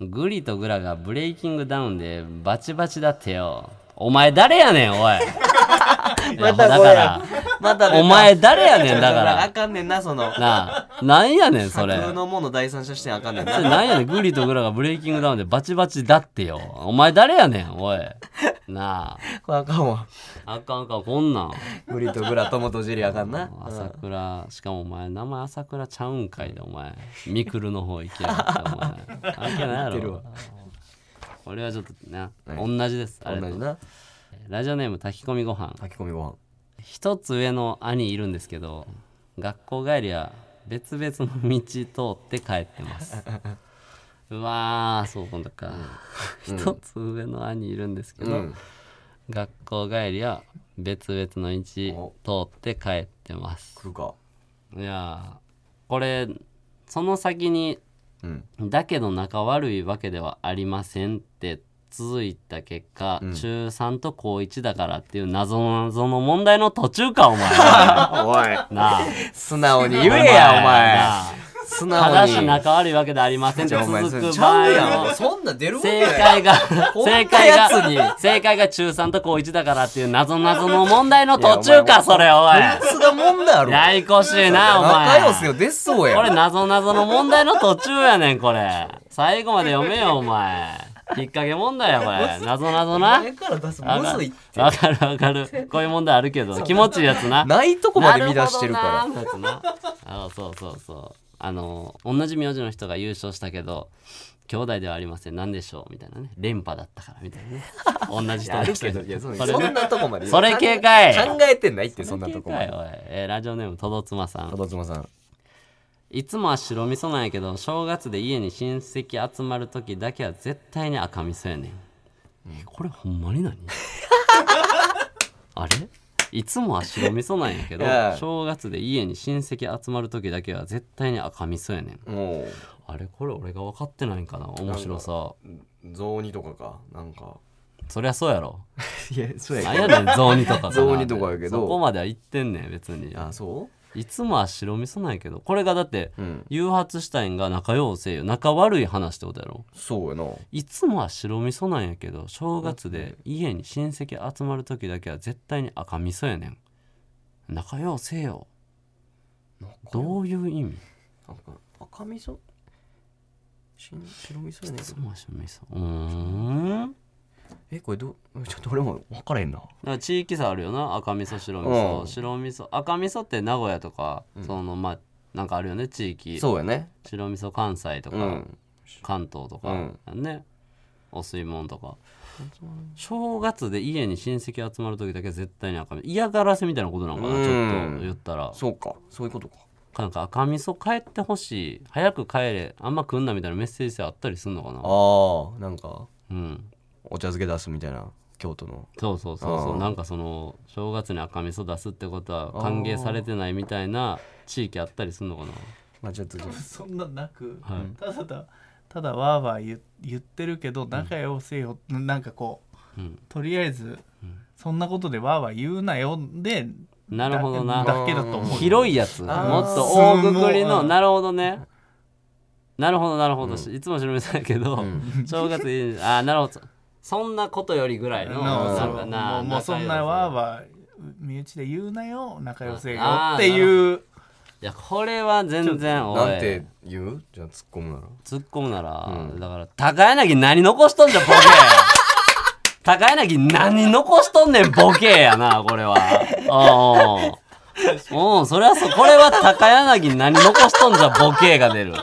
[SPEAKER 1] グリとグラがブレイキングダウンでバチバチだってよお前誰やねんおいいや
[SPEAKER 3] また
[SPEAKER 1] だ
[SPEAKER 3] これ
[SPEAKER 1] から
[SPEAKER 3] また出た
[SPEAKER 1] お前誰やねんだか
[SPEAKER 2] あ
[SPEAKER 1] ら
[SPEAKER 2] かんねんなその
[SPEAKER 1] なあなんやねんそれ
[SPEAKER 2] 架空のもの第三者視点あかんねんな
[SPEAKER 1] それなんやねんグリとグラがブレイキングダウンでバチバチだってよお前誰やねんおいな
[SPEAKER 2] これあかんわ
[SPEAKER 1] ああかんあかんこんなん
[SPEAKER 2] グリとグラ友とジェリーあかんな
[SPEAKER 1] 朝倉しかもお前名前朝倉ちゃうんかいでお前ミクルの方行きやがってお前関係ないやろ俺はちょっとな、同じですあ
[SPEAKER 2] 同
[SPEAKER 1] れと
[SPEAKER 2] じな
[SPEAKER 1] ラジオネーム炊き込みご飯
[SPEAKER 2] 炊き込みご飯
[SPEAKER 1] 一つ上の兄いるんですけど学校帰りは別々の道通って帰ってます うわーそう今度か、一つ上の兄いるんですけど、
[SPEAKER 2] うん
[SPEAKER 1] 学校帰りは別々の道通って帰ってます
[SPEAKER 2] 来るか
[SPEAKER 1] いやーこれその先に
[SPEAKER 2] うん
[SPEAKER 1] だけど仲悪いわけではありませんって続いた結果、中3と高1だからっていう謎の謎の問題の途中かお前な
[SPEAKER 2] おい
[SPEAKER 1] あ
[SPEAKER 2] 素直に言えやお前
[SPEAKER 1] なあ
[SPEAKER 2] 素
[SPEAKER 1] た
[SPEAKER 2] 直
[SPEAKER 1] だ
[SPEAKER 2] に
[SPEAKER 1] し仲悪いわけではありませんって
[SPEAKER 2] お前そ
[SPEAKER 1] 続
[SPEAKER 2] れ
[SPEAKER 1] く
[SPEAKER 2] ち
[SPEAKER 1] 場
[SPEAKER 2] ゃ
[SPEAKER 1] 合
[SPEAKER 2] うや
[SPEAKER 1] の
[SPEAKER 2] んそんな出るもん
[SPEAKER 1] 正
[SPEAKER 2] や
[SPEAKER 1] 解が正解
[SPEAKER 2] こんなや
[SPEAKER 1] が正解が中3と高1だからっていう謎謎の問題の途中かそれおい
[SPEAKER 2] 質が問題あるわ
[SPEAKER 1] ややこしいなお前
[SPEAKER 2] 仲良せよ出そうや
[SPEAKER 1] これ謎謎の問題の途中やねんこれ最後まで読めよお前引っ掛け問題やこれ謎謎な
[SPEAKER 2] 前から出す
[SPEAKER 1] わ
[SPEAKER 2] む
[SPEAKER 1] か
[SPEAKER 2] ず
[SPEAKER 1] る
[SPEAKER 2] い
[SPEAKER 1] わかるわかるこういう問題あるけど気持ちいいやつな
[SPEAKER 2] ないとこまで乱してるから
[SPEAKER 1] なるほどなやつな あそうそうそうあの同じ名字の人が優勝したけど兄弟ではありません何でしょうみたいなね連覇だったからみたいなね同じ人
[SPEAKER 2] あ
[SPEAKER 1] だ
[SPEAKER 2] る
[SPEAKER 1] け
[SPEAKER 2] けど
[SPEAKER 1] ど
[SPEAKER 2] いやそ
[SPEAKER 1] れ
[SPEAKER 2] ん
[SPEAKER 1] ね
[SPEAKER 2] なとこまで
[SPEAKER 1] それ系かい
[SPEAKER 2] 考えてないってそんなとこ
[SPEAKER 1] か
[SPEAKER 2] ま
[SPEAKER 1] い
[SPEAKER 2] で
[SPEAKER 1] おい、えーラジオネームとどつまさん
[SPEAKER 2] 角妻さん
[SPEAKER 1] いつもは白味噌なんやけど正月で家に親戚集まる時だけは絶対に赤味噌やねん、えこれほんまに何 あれいつもは白味噌なんやけど
[SPEAKER 2] いや
[SPEAKER 1] 正月で家に親戚集まる時だけは絶対に赤味噌やねん
[SPEAKER 2] も
[SPEAKER 1] あれこれ俺が分かってないんかな面白さ
[SPEAKER 2] う雑煮とかかなんか
[SPEAKER 1] そりゃそうやろ
[SPEAKER 2] いやそう
[SPEAKER 1] なんやねん雑煮とかかな
[SPEAKER 2] 雑煮とかやけど
[SPEAKER 1] そこまでは言ってんねん別に
[SPEAKER 2] あそ
[SPEAKER 1] いつもは白味噌なんやけどこれがだって
[SPEAKER 2] ううん
[SPEAKER 1] 誘発したいんが仲良うせえよ仲悪い話ってことやろ
[SPEAKER 2] そうやない
[SPEAKER 1] つもは白味噌なんやけど正月で家に親戚集まる時だけは絶対に赤味噌やねん仲良うせえよどういう意味
[SPEAKER 2] なんか赤味噌し白味噌やね
[SPEAKER 1] い
[SPEAKER 2] んけ
[SPEAKER 1] つ
[SPEAKER 2] ど
[SPEAKER 1] もは白味噌うーんだ
[SPEAKER 2] えこれどうちょっと俺も分からへんな
[SPEAKER 1] から地域差あるよな赤味噌白味噌、
[SPEAKER 2] うん
[SPEAKER 1] 白味噌赤味噌って名古屋とか、そのまあなんかあるよね地域
[SPEAKER 2] そうやね
[SPEAKER 1] 白味噌関西とか、
[SPEAKER 2] うん
[SPEAKER 1] 関東とか、ねお吸い物とか正月で家に親戚集まる時だけ絶対に赤身嫌がらせみたいなことなのかな、
[SPEAKER 2] うん
[SPEAKER 1] ちょっと言ったら
[SPEAKER 2] そうかそういうことか
[SPEAKER 1] なんか赤味噌帰ってほしい早く帰れあんま食んなみたいなメッセージ性あったりすんのかな
[SPEAKER 2] ああなんか
[SPEAKER 1] うん
[SPEAKER 2] お茶漬け出すみたいな京都の
[SPEAKER 1] そうそうそうそう
[SPEAKER 2] あー
[SPEAKER 1] なんかその正月に赤味噌出すってことは歓迎されてないみたいな地域あったりすんのかな
[SPEAKER 2] まあちょっと
[SPEAKER 4] 多分そんななく、
[SPEAKER 1] はい
[SPEAKER 4] ただただただわーわー言言ってるけど仲良せよ、なんかこう、
[SPEAKER 1] うん
[SPEAKER 4] とりあえず、そんなことでわーわー言うなよで
[SPEAKER 1] なるほどな
[SPEAKER 4] だだけだと思う
[SPEAKER 1] 広いやつも
[SPEAKER 2] あー
[SPEAKER 1] っと大くくり
[SPEAKER 4] すご
[SPEAKER 1] の
[SPEAKER 4] い
[SPEAKER 1] なるほどねなるほどなるほど、いつも白目さんやけど、正月にああなるほどそんなことよりぐらいの
[SPEAKER 4] な
[SPEAKER 1] な
[SPEAKER 4] そ
[SPEAKER 1] んか
[SPEAKER 4] う
[SPEAKER 1] な
[SPEAKER 4] もうもうそんなわー
[SPEAKER 1] は
[SPEAKER 4] わー身内で言うなよ仲良せよ
[SPEAKER 1] あー
[SPEAKER 4] っていう
[SPEAKER 1] いやこれは全然おい
[SPEAKER 2] なんて言うじゃあ突っ込むなら
[SPEAKER 1] 突っ込むなら、だから高柳何残しとんじゃんボケ 高柳何残しとんねんボケやなこれ はおうんうんそれはそうこれは高柳何残しとんじゃボケが出る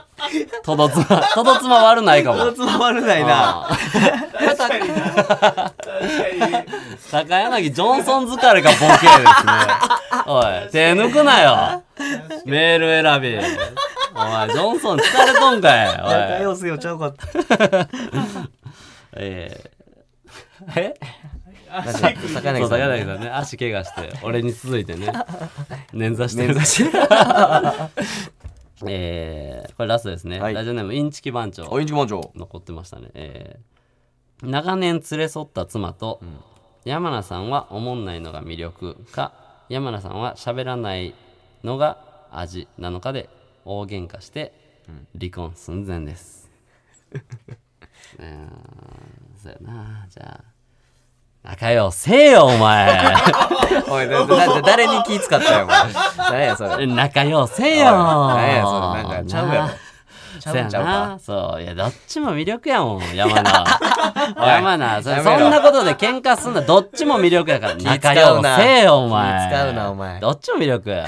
[SPEAKER 1] とど つまとどつま悪ないかも
[SPEAKER 2] つま悪ない
[SPEAKER 1] あー高柳ジョンソン疲れがボケですね。おい、手抜くなよ。メール選び。お前、ジョンソン疲れとんかい。おい。
[SPEAKER 3] 良せよちゃうかった
[SPEAKER 1] えーえ
[SPEAKER 3] 高
[SPEAKER 1] そ
[SPEAKER 3] 柳
[SPEAKER 1] う
[SPEAKER 3] さ
[SPEAKER 1] 高
[SPEAKER 3] ん
[SPEAKER 1] 柳さんね、足怪我して、俺に続いてね、捻挫してる
[SPEAKER 3] 捻。挫してる
[SPEAKER 1] えーこれラストですね。
[SPEAKER 2] はい
[SPEAKER 1] ラジオネーム、インチキ番長。
[SPEAKER 2] おいんちまんちょ
[SPEAKER 1] 残ってましたね、えー長年連れ添った妻と、山名さんはおもんないのが魅力か山名さんは喋らないのが味なのかで大喧嘩して離婚寸前です、 うーんそうやなじゃあ仲良せえよお前
[SPEAKER 2] おいだだだ誰に気使ったよお前誰やそれ
[SPEAKER 1] 仲良せえよ
[SPEAKER 2] 何やそれなんかちゃうやろちゃ
[SPEAKER 1] そう
[SPEAKER 2] う
[SPEAKER 1] や
[SPEAKER 2] んちゃう
[SPEAKER 1] な
[SPEAKER 2] か
[SPEAKER 1] そういやどっちも魅力やもん 山名山名そ
[SPEAKER 2] やめ
[SPEAKER 1] そ
[SPEAKER 2] ろ
[SPEAKER 1] んなことで喧嘩すんなどっちも魅力 やから仲
[SPEAKER 2] 使
[SPEAKER 1] 良
[SPEAKER 2] うな
[SPEAKER 1] せえよお前
[SPEAKER 2] 気使うなお前
[SPEAKER 1] どっちも魅力や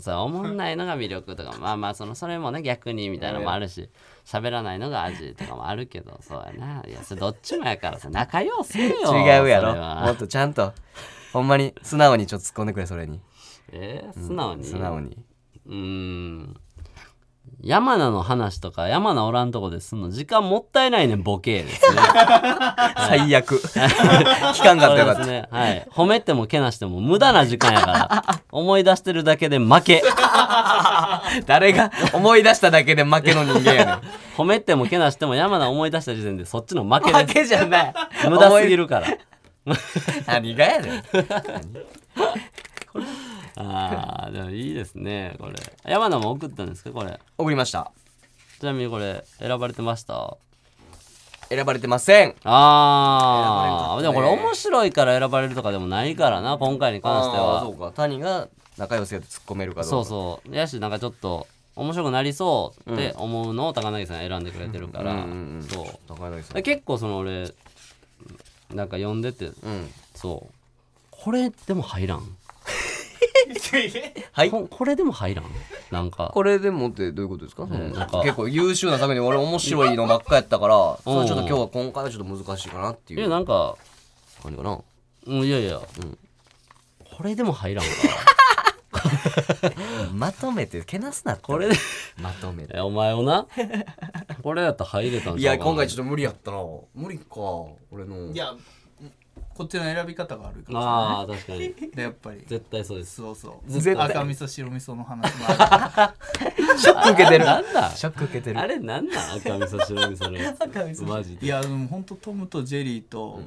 [SPEAKER 1] そう思んないのが魅力とかまあまあそのそれもね逆にみたいなのもあるし喋らないのが味とかもあるけどそうやないやそれどっちもやからさ仲良せえよ
[SPEAKER 2] 違うやろ
[SPEAKER 1] それは
[SPEAKER 2] もっとちゃんとほんまに素直にちょっと突っ込んでくれそれに
[SPEAKER 1] えー素直に
[SPEAKER 2] 素直に
[SPEAKER 1] うーん山名の話とか山名おらんとこですんの時間もったいないねんボ ケですね
[SPEAKER 2] 最悪聞かんかったよか
[SPEAKER 1] そう
[SPEAKER 2] っ
[SPEAKER 1] ですね。はい。褒めてもけなしても無駄な時間やから。 思い出してるだけで負け。
[SPEAKER 2] た誰が思い出しただけで負けの人間やねん
[SPEAKER 1] 褒めてもけなしても山名思い出した時点でそっちの 負けです。
[SPEAKER 2] けじゃない
[SPEAKER 1] 無駄すぎるから。
[SPEAKER 2] 何がやねん
[SPEAKER 1] ああ、でもいいですね、これ。山名も送ったんですか、これ。
[SPEAKER 2] 送りました
[SPEAKER 1] ちなみにこれ、選ばれてました
[SPEAKER 2] 選ばれてません
[SPEAKER 1] ああ、
[SPEAKER 2] 選ばれなかった
[SPEAKER 1] で
[SPEAKER 2] ね
[SPEAKER 1] もこれ面白いから選ばれるとかでもないからな、今回に関して
[SPEAKER 2] あーそ
[SPEAKER 1] は。
[SPEAKER 2] うか谷が仲良しやと突っ込めるかどうか
[SPEAKER 1] そうそう。やし、なんかちょっと、面白くなりそうって思うのを高柳さん選んでくれてるから
[SPEAKER 2] うんうんうんうん、
[SPEAKER 1] そう。
[SPEAKER 2] 高柳さん
[SPEAKER 1] で結構その俺なんか読んでて
[SPEAKER 2] うん
[SPEAKER 1] そうこれでも入らん、
[SPEAKER 2] はい
[SPEAKER 1] ここれでも入らんなんか
[SPEAKER 2] これでもってどういうことですか,、
[SPEAKER 1] んなんか
[SPEAKER 2] 結構優秀なために俺面白いのばっかやったからそれちょっと
[SPEAKER 1] うん
[SPEAKER 2] 今日は今回はちょっと難しいかなって
[SPEAKER 1] い
[SPEAKER 2] い
[SPEAKER 1] や
[SPEAKER 2] う
[SPEAKER 1] なんか、
[SPEAKER 2] 感じかな
[SPEAKER 1] うん、いやいや、これでも入らんか
[SPEAKER 3] まとめてけなすなって
[SPEAKER 1] これで
[SPEAKER 2] まとめ
[SPEAKER 1] えお前をなこれやったら入れたん
[SPEAKER 2] いや今回ちょっ
[SPEAKER 1] ょっ
[SPEAKER 2] と無理やったな無理か俺の
[SPEAKER 4] いやこっちの選び方があるから
[SPEAKER 1] ああ確かに
[SPEAKER 4] でやっぱり
[SPEAKER 1] 絶対そうです
[SPEAKER 4] そうそう
[SPEAKER 1] 絶対
[SPEAKER 4] 赤味噌白味噌の話も あ
[SPEAKER 3] ショック受けてる
[SPEAKER 1] なんだ
[SPEAKER 3] ショック受けてる
[SPEAKER 1] あれなんなん赤味噌白味噌のやつ赤味噌マジ
[SPEAKER 4] るい
[SPEAKER 1] で
[SPEAKER 4] やでもほんとトムとジェリーと、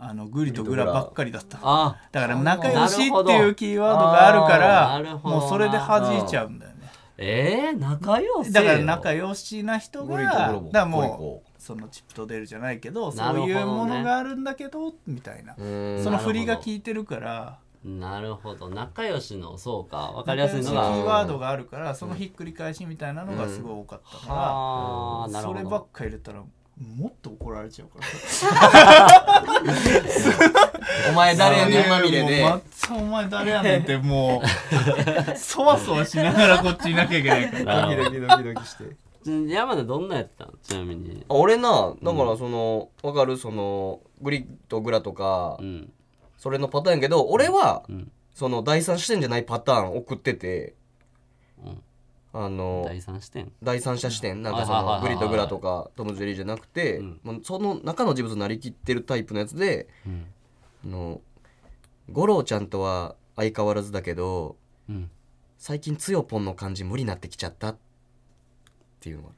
[SPEAKER 4] あのグリとグラばっかりだった
[SPEAKER 1] あ
[SPEAKER 4] だから仲良しっていうキーワードがあるか
[SPEAKER 1] なる
[SPEAKER 4] ら
[SPEAKER 1] ほどな
[SPEAKER 4] もうそれで弾いちゃうんだよね
[SPEAKER 1] えー、仲良し
[SPEAKER 4] だから仲良しな人
[SPEAKER 2] ゴ
[SPEAKER 4] が
[SPEAKER 2] リ
[SPEAKER 4] だ
[SPEAKER 2] と
[SPEAKER 4] か
[SPEAKER 2] グロボ
[SPEAKER 4] ら
[SPEAKER 2] ゴリ
[SPEAKER 4] も
[SPEAKER 2] ゴ
[SPEAKER 4] うそのチップと出るじゃないけど
[SPEAKER 1] な
[SPEAKER 4] そ
[SPEAKER 1] るほど
[SPEAKER 4] う
[SPEAKER 1] ね
[SPEAKER 4] いうものがあるんだけどみたいな
[SPEAKER 2] うーん
[SPEAKER 4] その振りが
[SPEAKER 1] なるほど
[SPEAKER 4] 効いてるから
[SPEAKER 1] なるほど仲良しのそうか分かりやすいの
[SPEAKER 4] 仲良しキー
[SPEAKER 1] が
[SPEAKER 4] ワードがあるからそのひっくり返しみたいなのがすごい多かったか
[SPEAKER 1] ああ
[SPEAKER 4] ら
[SPEAKER 1] なる
[SPEAKER 4] そ
[SPEAKER 1] ほ
[SPEAKER 4] ればっ
[SPEAKER 1] ど
[SPEAKER 4] か入れたらもっと怒られちゃうから
[SPEAKER 2] お前誰やねんまみれ
[SPEAKER 4] いやもう
[SPEAKER 2] で
[SPEAKER 4] またお前誰やねんってもうそわそわしながらこっちいなきゃいけないから
[SPEAKER 1] なるほ
[SPEAKER 2] キドキドキして
[SPEAKER 1] ど山田どんなやったんちなみに
[SPEAKER 2] 俺なだからそのわかるそのグリとグラとか
[SPEAKER 1] うん
[SPEAKER 2] それのパターンやけど俺は
[SPEAKER 1] うん
[SPEAKER 2] その第三視点じゃないパターン送ってて
[SPEAKER 1] うん
[SPEAKER 2] あの
[SPEAKER 1] 第三視点
[SPEAKER 2] 第三者視点なんかそ
[SPEAKER 1] はいはい
[SPEAKER 2] の
[SPEAKER 1] はい
[SPEAKER 2] グ
[SPEAKER 1] はい
[SPEAKER 2] リとグラとかトム・ジェリーじゃなくて
[SPEAKER 1] うん
[SPEAKER 2] もうその中の人物になりきってるタイプのやつで
[SPEAKER 1] うん
[SPEAKER 2] あの五郎ちゃんとは相変わらずだけど
[SPEAKER 1] うん
[SPEAKER 2] 最近つよぽんの感じ無理になってきちゃったっていうのは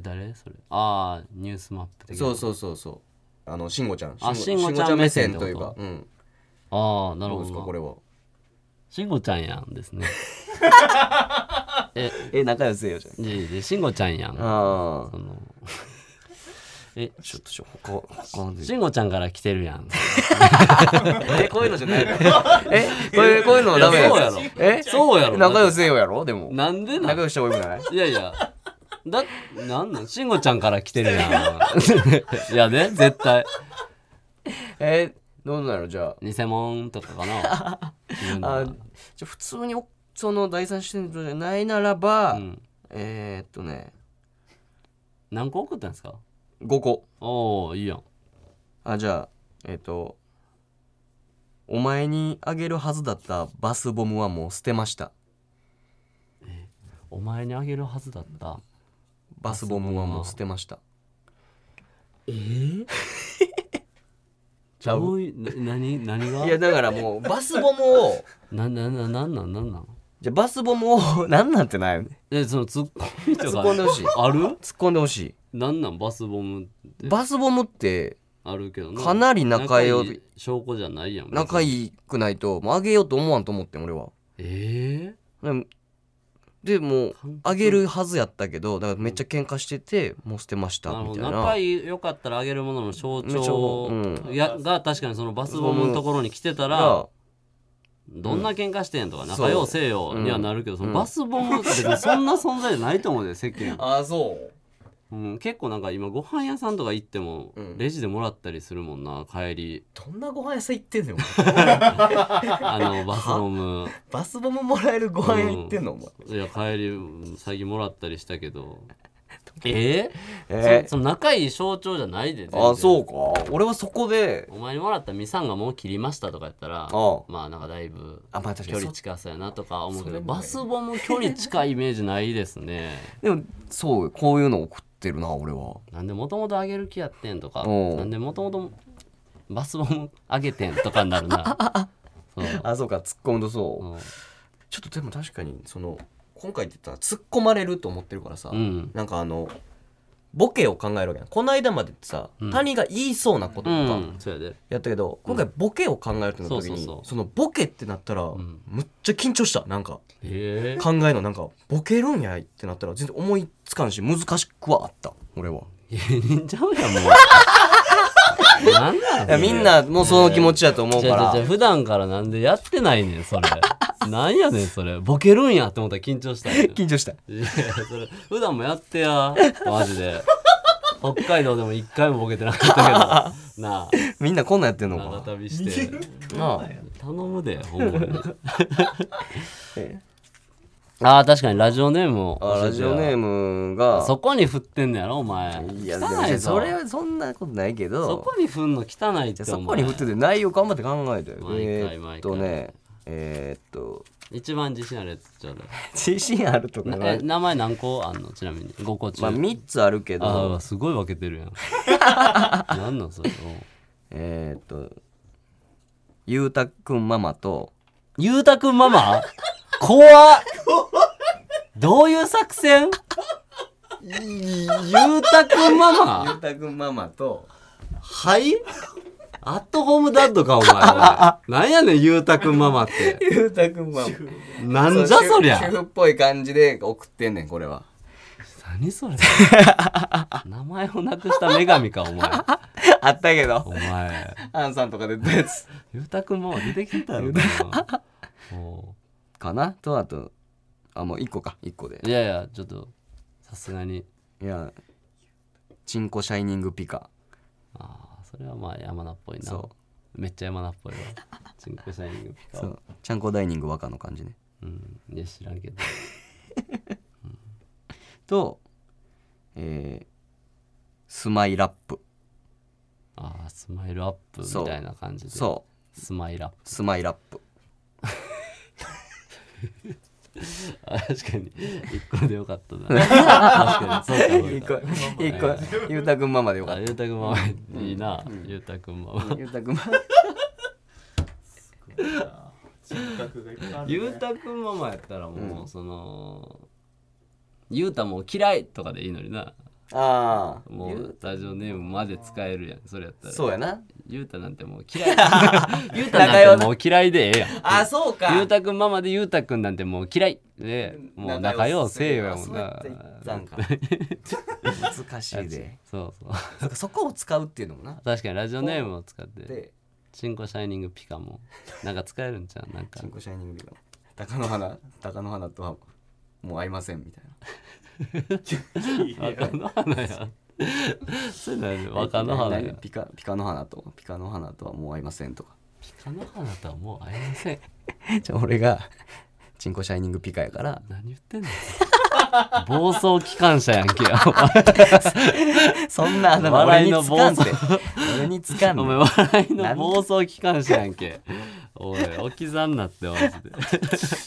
[SPEAKER 1] 誰それああニュースマップ的な
[SPEAKER 2] そうそうそうそうあの慎吾ちゃん
[SPEAKER 1] あ
[SPEAKER 2] しんご
[SPEAKER 1] 慎吾ちゃん目線
[SPEAKER 2] しんごちゃんというかうん
[SPEAKER 1] ああなる
[SPEAKER 2] どう
[SPEAKER 1] ほ
[SPEAKER 2] ですか
[SPEAKER 1] ど
[SPEAKER 2] こ
[SPEAKER 1] な
[SPEAKER 2] れは
[SPEAKER 1] 慎吾ちゃんやんです ねえ
[SPEAKER 3] え仲良せよじゃん
[SPEAKER 1] いやいやいや慎吾ちゃんやん
[SPEAKER 2] あ
[SPEAKER 1] その
[SPEAKER 2] ちょっとしょ他他で
[SPEAKER 1] 慎吾ちゃんから来て るやん
[SPEAKER 2] えこういうのじゃないえこういうこういうのはダメ
[SPEAKER 1] いやそうやろ
[SPEAKER 2] え
[SPEAKER 1] そうやろ
[SPEAKER 2] 仲良せよやろでも
[SPEAKER 1] なんでなん
[SPEAKER 2] 仲良した方がよくない
[SPEAKER 1] いやいやだなんなん慎吾ちゃんから来てるやん いやね絶対
[SPEAKER 2] えどうなのじゃ
[SPEAKER 1] 偽物とかかな言う の
[SPEAKER 2] ああ
[SPEAKER 1] は
[SPEAKER 2] じゃあ普通におその第三視点じゃないならば、
[SPEAKER 1] うん
[SPEAKER 2] えー、っとね
[SPEAKER 1] 何個送ったんですか
[SPEAKER 2] 5個
[SPEAKER 1] おおいいやん
[SPEAKER 2] あじゃあえーっとお前にあげるはずだったバスボムはもう捨てました
[SPEAKER 1] お前にあげるはずだった
[SPEAKER 2] バスボムはもう捨てました
[SPEAKER 1] ええ
[SPEAKER 2] ちゃう
[SPEAKER 1] どういうな何何が
[SPEAKER 2] いやだからもうバスボムを
[SPEAKER 1] ななななんなんなんなん
[SPEAKER 2] じゃあバスボムを なんなんてないよね
[SPEAKER 1] えそのツッコミと
[SPEAKER 2] 突
[SPEAKER 1] か
[SPEAKER 2] っ込んでほしい
[SPEAKER 1] ある
[SPEAKER 2] 突っ込んでほし
[SPEAKER 1] なんなんバスボムって
[SPEAKER 2] いバスボムって
[SPEAKER 1] あるけど
[SPEAKER 2] かなり仲良い
[SPEAKER 1] い証拠じゃないやん
[SPEAKER 2] 仲
[SPEAKER 1] い
[SPEAKER 2] いくないともうあげようと思わんと思ってん俺は
[SPEAKER 1] え
[SPEAKER 2] ででもう
[SPEAKER 1] 感覚
[SPEAKER 2] あげるはずやったけどだからめっちゃ喧嘩しててもう捨てまし
[SPEAKER 1] え
[SPEAKER 2] た
[SPEAKER 1] な
[SPEAKER 2] み
[SPEAKER 1] るほ
[SPEAKER 2] たい
[SPEAKER 1] ど
[SPEAKER 2] な
[SPEAKER 1] 仲良かったらあげるものの象
[SPEAKER 2] 象
[SPEAKER 1] 徴
[SPEAKER 2] 徴う
[SPEAKER 1] やが確かにそのバスボムのところに来てたら
[SPEAKER 2] が
[SPEAKER 1] どんな喧嘩してんとか
[SPEAKER 2] そう
[SPEAKER 1] 仲良せよにはなるけどそのバスボムって別にそんな存在じゃないと思うで世間
[SPEAKER 2] ああそう
[SPEAKER 1] うん、結構なんか今ご飯屋さんとか行っても
[SPEAKER 2] うん
[SPEAKER 1] レジでもらったりするもんな 帰り
[SPEAKER 2] どんなご飯屋さん行ってんのよ
[SPEAKER 1] あのバスボム
[SPEAKER 2] バスボムもらえるご
[SPEAKER 1] 飯屋行ってん
[SPEAKER 2] のお前
[SPEAKER 1] いや帰りうん最近もらったりしたけどええ
[SPEAKER 2] え
[SPEAKER 1] そその仲いい象徴じゃないで全然
[SPEAKER 2] あそうか俺はそこで
[SPEAKER 1] お前にもらったミサンがもう切りましたとかやったら
[SPEAKER 2] あ
[SPEAKER 1] まあなんかだいぶ
[SPEAKER 2] あまあ確
[SPEAKER 1] 距
[SPEAKER 2] かに
[SPEAKER 1] 離
[SPEAKER 2] そ
[SPEAKER 1] 近そうやなとか思う
[SPEAKER 2] そ
[SPEAKER 1] けど
[SPEAKER 2] れもね
[SPEAKER 1] バスボム距離近いイメージないですね
[SPEAKER 2] でもそうこういうの送ってるな俺は
[SPEAKER 1] なんでもともとあげる気やってんとか
[SPEAKER 2] うん
[SPEAKER 1] なんでもともとバスボムあげてんとかにな るなそう
[SPEAKER 2] あそうか突っ込むとそう
[SPEAKER 1] うん
[SPEAKER 2] ちょっとでも確かにその今回って言ったら突っ込まれると思ってるからさ、
[SPEAKER 1] うん
[SPEAKER 2] なんかあのボケを考えるわけやんこの間までってさ、
[SPEAKER 1] うん
[SPEAKER 2] 谷が言いそうなこと
[SPEAKER 1] う
[SPEAKER 2] とか
[SPEAKER 1] ん、そうやで。
[SPEAKER 2] やったけど、今回ボケを考えるってなった時に、
[SPEAKER 1] そうそう
[SPEAKER 2] そ
[SPEAKER 1] そう
[SPEAKER 2] のボケってなったら、
[SPEAKER 1] ん
[SPEAKER 2] むっちゃ緊張したなんか
[SPEAKER 1] え
[SPEAKER 2] 考えのなんかボケるんやいってなったら全然思いつかんし難しくはあった俺は
[SPEAKER 1] え芸人ちゃうやん、もう。なんなん
[SPEAKER 2] いやみんなもうその気持ちやと思う
[SPEAKER 1] じ
[SPEAKER 2] か
[SPEAKER 1] ゃ
[SPEAKER 2] ら、
[SPEAKER 1] じゃ普段からなんでやってないねん、 それ。なんやねん、それ。ボケるんやって思ったら緊張したんや。い
[SPEAKER 2] 緊張した
[SPEAKER 1] や、それ、普段もやってや。マジで。北海道でも一回もボケてなかったけど。なあ、
[SPEAKER 2] みんなこんなんやってんの
[SPEAKER 1] 長
[SPEAKER 2] か
[SPEAKER 1] 旅して。
[SPEAKER 2] なあ
[SPEAKER 1] 頼むで、ほんまに。ああ、確かにラジオネームを教えて
[SPEAKER 2] あ
[SPEAKER 1] や。
[SPEAKER 2] ラジオネームが
[SPEAKER 1] そこに振ってんのやろ、お前。
[SPEAKER 2] いや
[SPEAKER 1] 汚
[SPEAKER 2] で
[SPEAKER 1] い
[SPEAKER 2] も
[SPEAKER 1] ぞ
[SPEAKER 2] それはそんなことないけど
[SPEAKER 1] そこに振んの汚いって
[SPEAKER 2] じゃ
[SPEAKER 1] お
[SPEAKER 2] あそ
[SPEAKER 1] 前
[SPEAKER 2] こに振ってて内容頑張って考えて
[SPEAKER 1] 毎回
[SPEAKER 2] えーっとねえー、っと
[SPEAKER 1] 一番自信あるやつちょうだい
[SPEAKER 2] 自信あるとか
[SPEAKER 1] な
[SPEAKER 2] な
[SPEAKER 1] え名前何個あんのちなみに5個中、
[SPEAKER 2] まあ3つあるけ
[SPEAKER 1] あ
[SPEAKER 2] ど
[SPEAKER 1] あすごい分けてるやん なんなんそれうん
[SPEAKER 2] えー、っとゆうたくんママと
[SPEAKER 1] ゆうたくんママ怖っどういう作戦ゆうたくんママ
[SPEAKER 2] うたくんママと
[SPEAKER 1] はいアットホームダッドかお前は なんやねんゆうたくんママって
[SPEAKER 2] ゆうたくんママ
[SPEAKER 1] なんじゃそりゃ
[SPEAKER 2] 主婦っぽい感じで送ってんねんこれは
[SPEAKER 1] 何それ名前をなくした女神かお前
[SPEAKER 2] あったけど
[SPEAKER 1] お前
[SPEAKER 2] アンさんとかで出たやつ
[SPEAKER 1] ゆうたくんママ出てきたよなお
[SPEAKER 2] かなとあとあもう1個か1個で
[SPEAKER 1] ういやいやちょっとさすがに
[SPEAKER 2] いやチンコシャイニングピカ
[SPEAKER 1] ああそれはまあ山名っぽいな
[SPEAKER 2] そ
[SPEAKER 1] めっちゃ山名っぽいわチンコシャイニング
[SPEAKER 2] うそうちゃんこダイニング若の感じね
[SPEAKER 1] うんいや知らんけど
[SPEAKER 2] とえー、スマイラップ
[SPEAKER 1] ああスマイルアップみたいな感じで
[SPEAKER 2] そう
[SPEAKER 1] スマイルアップ
[SPEAKER 2] うスマイラップ
[SPEAKER 1] あ確かに一個でよか ったな確かにそ
[SPEAKER 2] 一
[SPEAKER 1] うかそうか
[SPEAKER 2] 個一個ゆうたくんママでよかっ
[SPEAKER 1] あゆうたくんママいいな、ゆうたくんママ
[SPEAKER 2] たゆうたくんマ
[SPEAKER 4] 人格がいっぱいあるね
[SPEAKER 1] ゆうたくんママやったらもう、そのゆうたもう嫌いとかでいいのにな
[SPEAKER 2] マああ
[SPEAKER 1] もうラジオネームまで使えるやんそれやったら
[SPEAKER 2] そうやな
[SPEAKER 1] ゆうたなんてもう嫌いゆうたなんてもう嫌いでええやん
[SPEAKER 2] あそう
[SPEAKER 1] ゆうたくんママでゆうたくんなんてもう嫌いでもう仲良うせえよやもんな
[SPEAKER 2] そうやって言ったんか難しいで
[SPEAKER 1] そうそう
[SPEAKER 2] なんかそこを使うっていうのもな
[SPEAKER 1] 確かにラジオネームを使って
[SPEAKER 2] で
[SPEAKER 1] 「チンコシャイニングピカ」もなんか使えるんちゃうなんか
[SPEAKER 2] チンコシャイニングピカ高野花高野花とはもう合いませんみたいな
[SPEAKER 1] 若の花やそうなんや若の花や
[SPEAKER 2] ピカピカの花とピカの花とはもう会いませんとか
[SPEAKER 1] ピカの花とはもう会えません
[SPEAKER 2] じゃあ俺がチンコシャイニングピカやから
[SPEAKER 1] 何言ってんの暴走機関車やんけよ
[SPEAKER 2] そんなあだ名
[SPEAKER 1] 笑
[SPEAKER 2] 俺
[SPEAKER 1] い
[SPEAKER 2] に
[SPEAKER 1] の
[SPEAKER 2] つかんで俺につかん
[SPEAKER 1] お
[SPEAKER 2] で
[SPEAKER 1] 前笑いの暴走機関車やんけおい置き去んなってマジで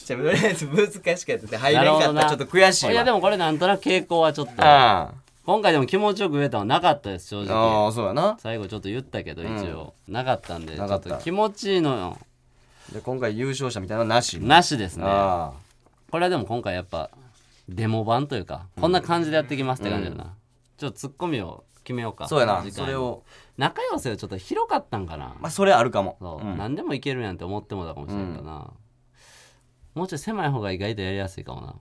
[SPEAKER 2] じゃあとりあえず難しかったで入
[SPEAKER 1] な
[SPEAKER 2] れ
[SPEAKER 1] る
[SPEAKER 2] ん
[SPEAKER 1] ほ
[SPEAKER 2] か
[SPEAKER 1] ど
[SPEAKER 2] った
[SPEAKER 1] な
[SPEAKER 2] ちょっと悔しいわ
[SPEAKER 1] いやでもこれなんとなく傾向はちょっと
[SPEAKER 2] あ
[SPEAKER 1] 今回でも気持ちよく言えたのはなかったです
[SPEAKER 2] あ
[SPEAKER 1] 正直
[SPEAKER 2] ああそうやな
[SPEAKER 1] 最後ちょっと言ったけど一応、なかったんでちょ
[SPEAKER 2] なかっ
[SPEAKER 1] ったと気持ちいいのよ
[SPEAKER 2] で今回優勝者みたいなのはなし
[SPEAKER 1] なしですね
[SPEAKER 2] あ
[SPEAKER 1] これはでも今回やっぱデモ版というかこんな感じでやっていきますって感じだな、ちょっとツッコミを決めようか
[SPEAKER 2] あそうやな
[SPEAKER 1] 次
[SPEAKER 2] そ
[SPEAKER 1] 回
[SPEAKER 2] れを
[SPEAKER 1] 仲良せはちょっと広かったんかな、
[SPEAKER 2] まあそれあるかも
[SPEAKER 1] そう、
[SPEAKER 2] うん
[SPEAKER 1] 何でもいけるやんって思ってもだかもしれんからな、もうちょい狭い方が意外とやりやすいかもな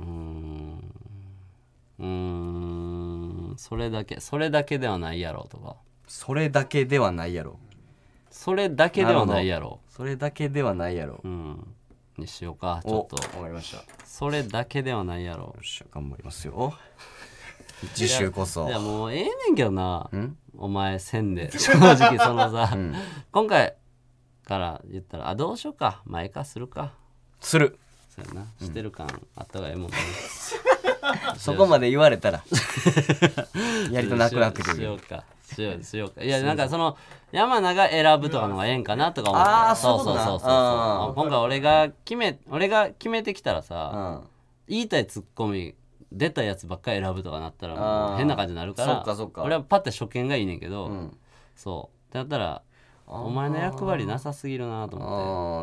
[SPEAKER 1] うーんうーんそれだけそれだけではないやろとか
[SPEAKER 2] それだけではないやろ
[SPEAKER 1] それだけではないやろ
[SPEAKER 2] それだけではないやろ
[SPEAKER 1] うんにしようかち
[SPEAKER 2] お
[SPEAKER 1] ょっ
[SPEAKER 2] わ
[SPEAKER 1] と
[SPEAKER 2] かりましたよ
[SPEAKER 1] それだけではないやろ
[SPEAKER 2] っしゃ頑張りますよ次週こそ
[SPEAKER 1] いやもうええねんけどなんお前せん で正直そのさ、今回から言ったらあどうしようか前かするか
[SPEAKER 2] する
[SPEAKER 1] そうやなしてる感あった方がええもんね、
[SPEAKER 2] そこまで言われた らやりとなくなってく
[SPEAKER 1] しよ
[SPEAKER 2] る
[SPEAKER 1] うかしようしようかいやなんかその山名が選ぶとかのがええんかなとか思って
[SPEAKER 2] あー
[SPEAKER 1] そう
[SPEAKER 2] そ
[SPEAKER 1] そうう
[SPEAKER 2] だ
[SPEAKER 1] そうそう
[SPEAKER 2] あ
[SPEAKER 1] 今回俺が決め俺が決めてきたらさ言いたいツッコミ出たやつばっかり選ぶとかなったらも
[SPEAKER 2] あ
[SPEAKER 1] う
[SPEAKER 2] ー
[SPEAKER 1] 変な感じになるから
[SPEAKER 2] そっかそっか
[SPEAKER 1] 俺はパッて初見がいいねんけど、
[SPEAKER 2] うん
[SPEAKER 1] そうだったら
[SPEAKER 2] あー
[SPEAKER 1] お前の役割なさすぎるなと思っ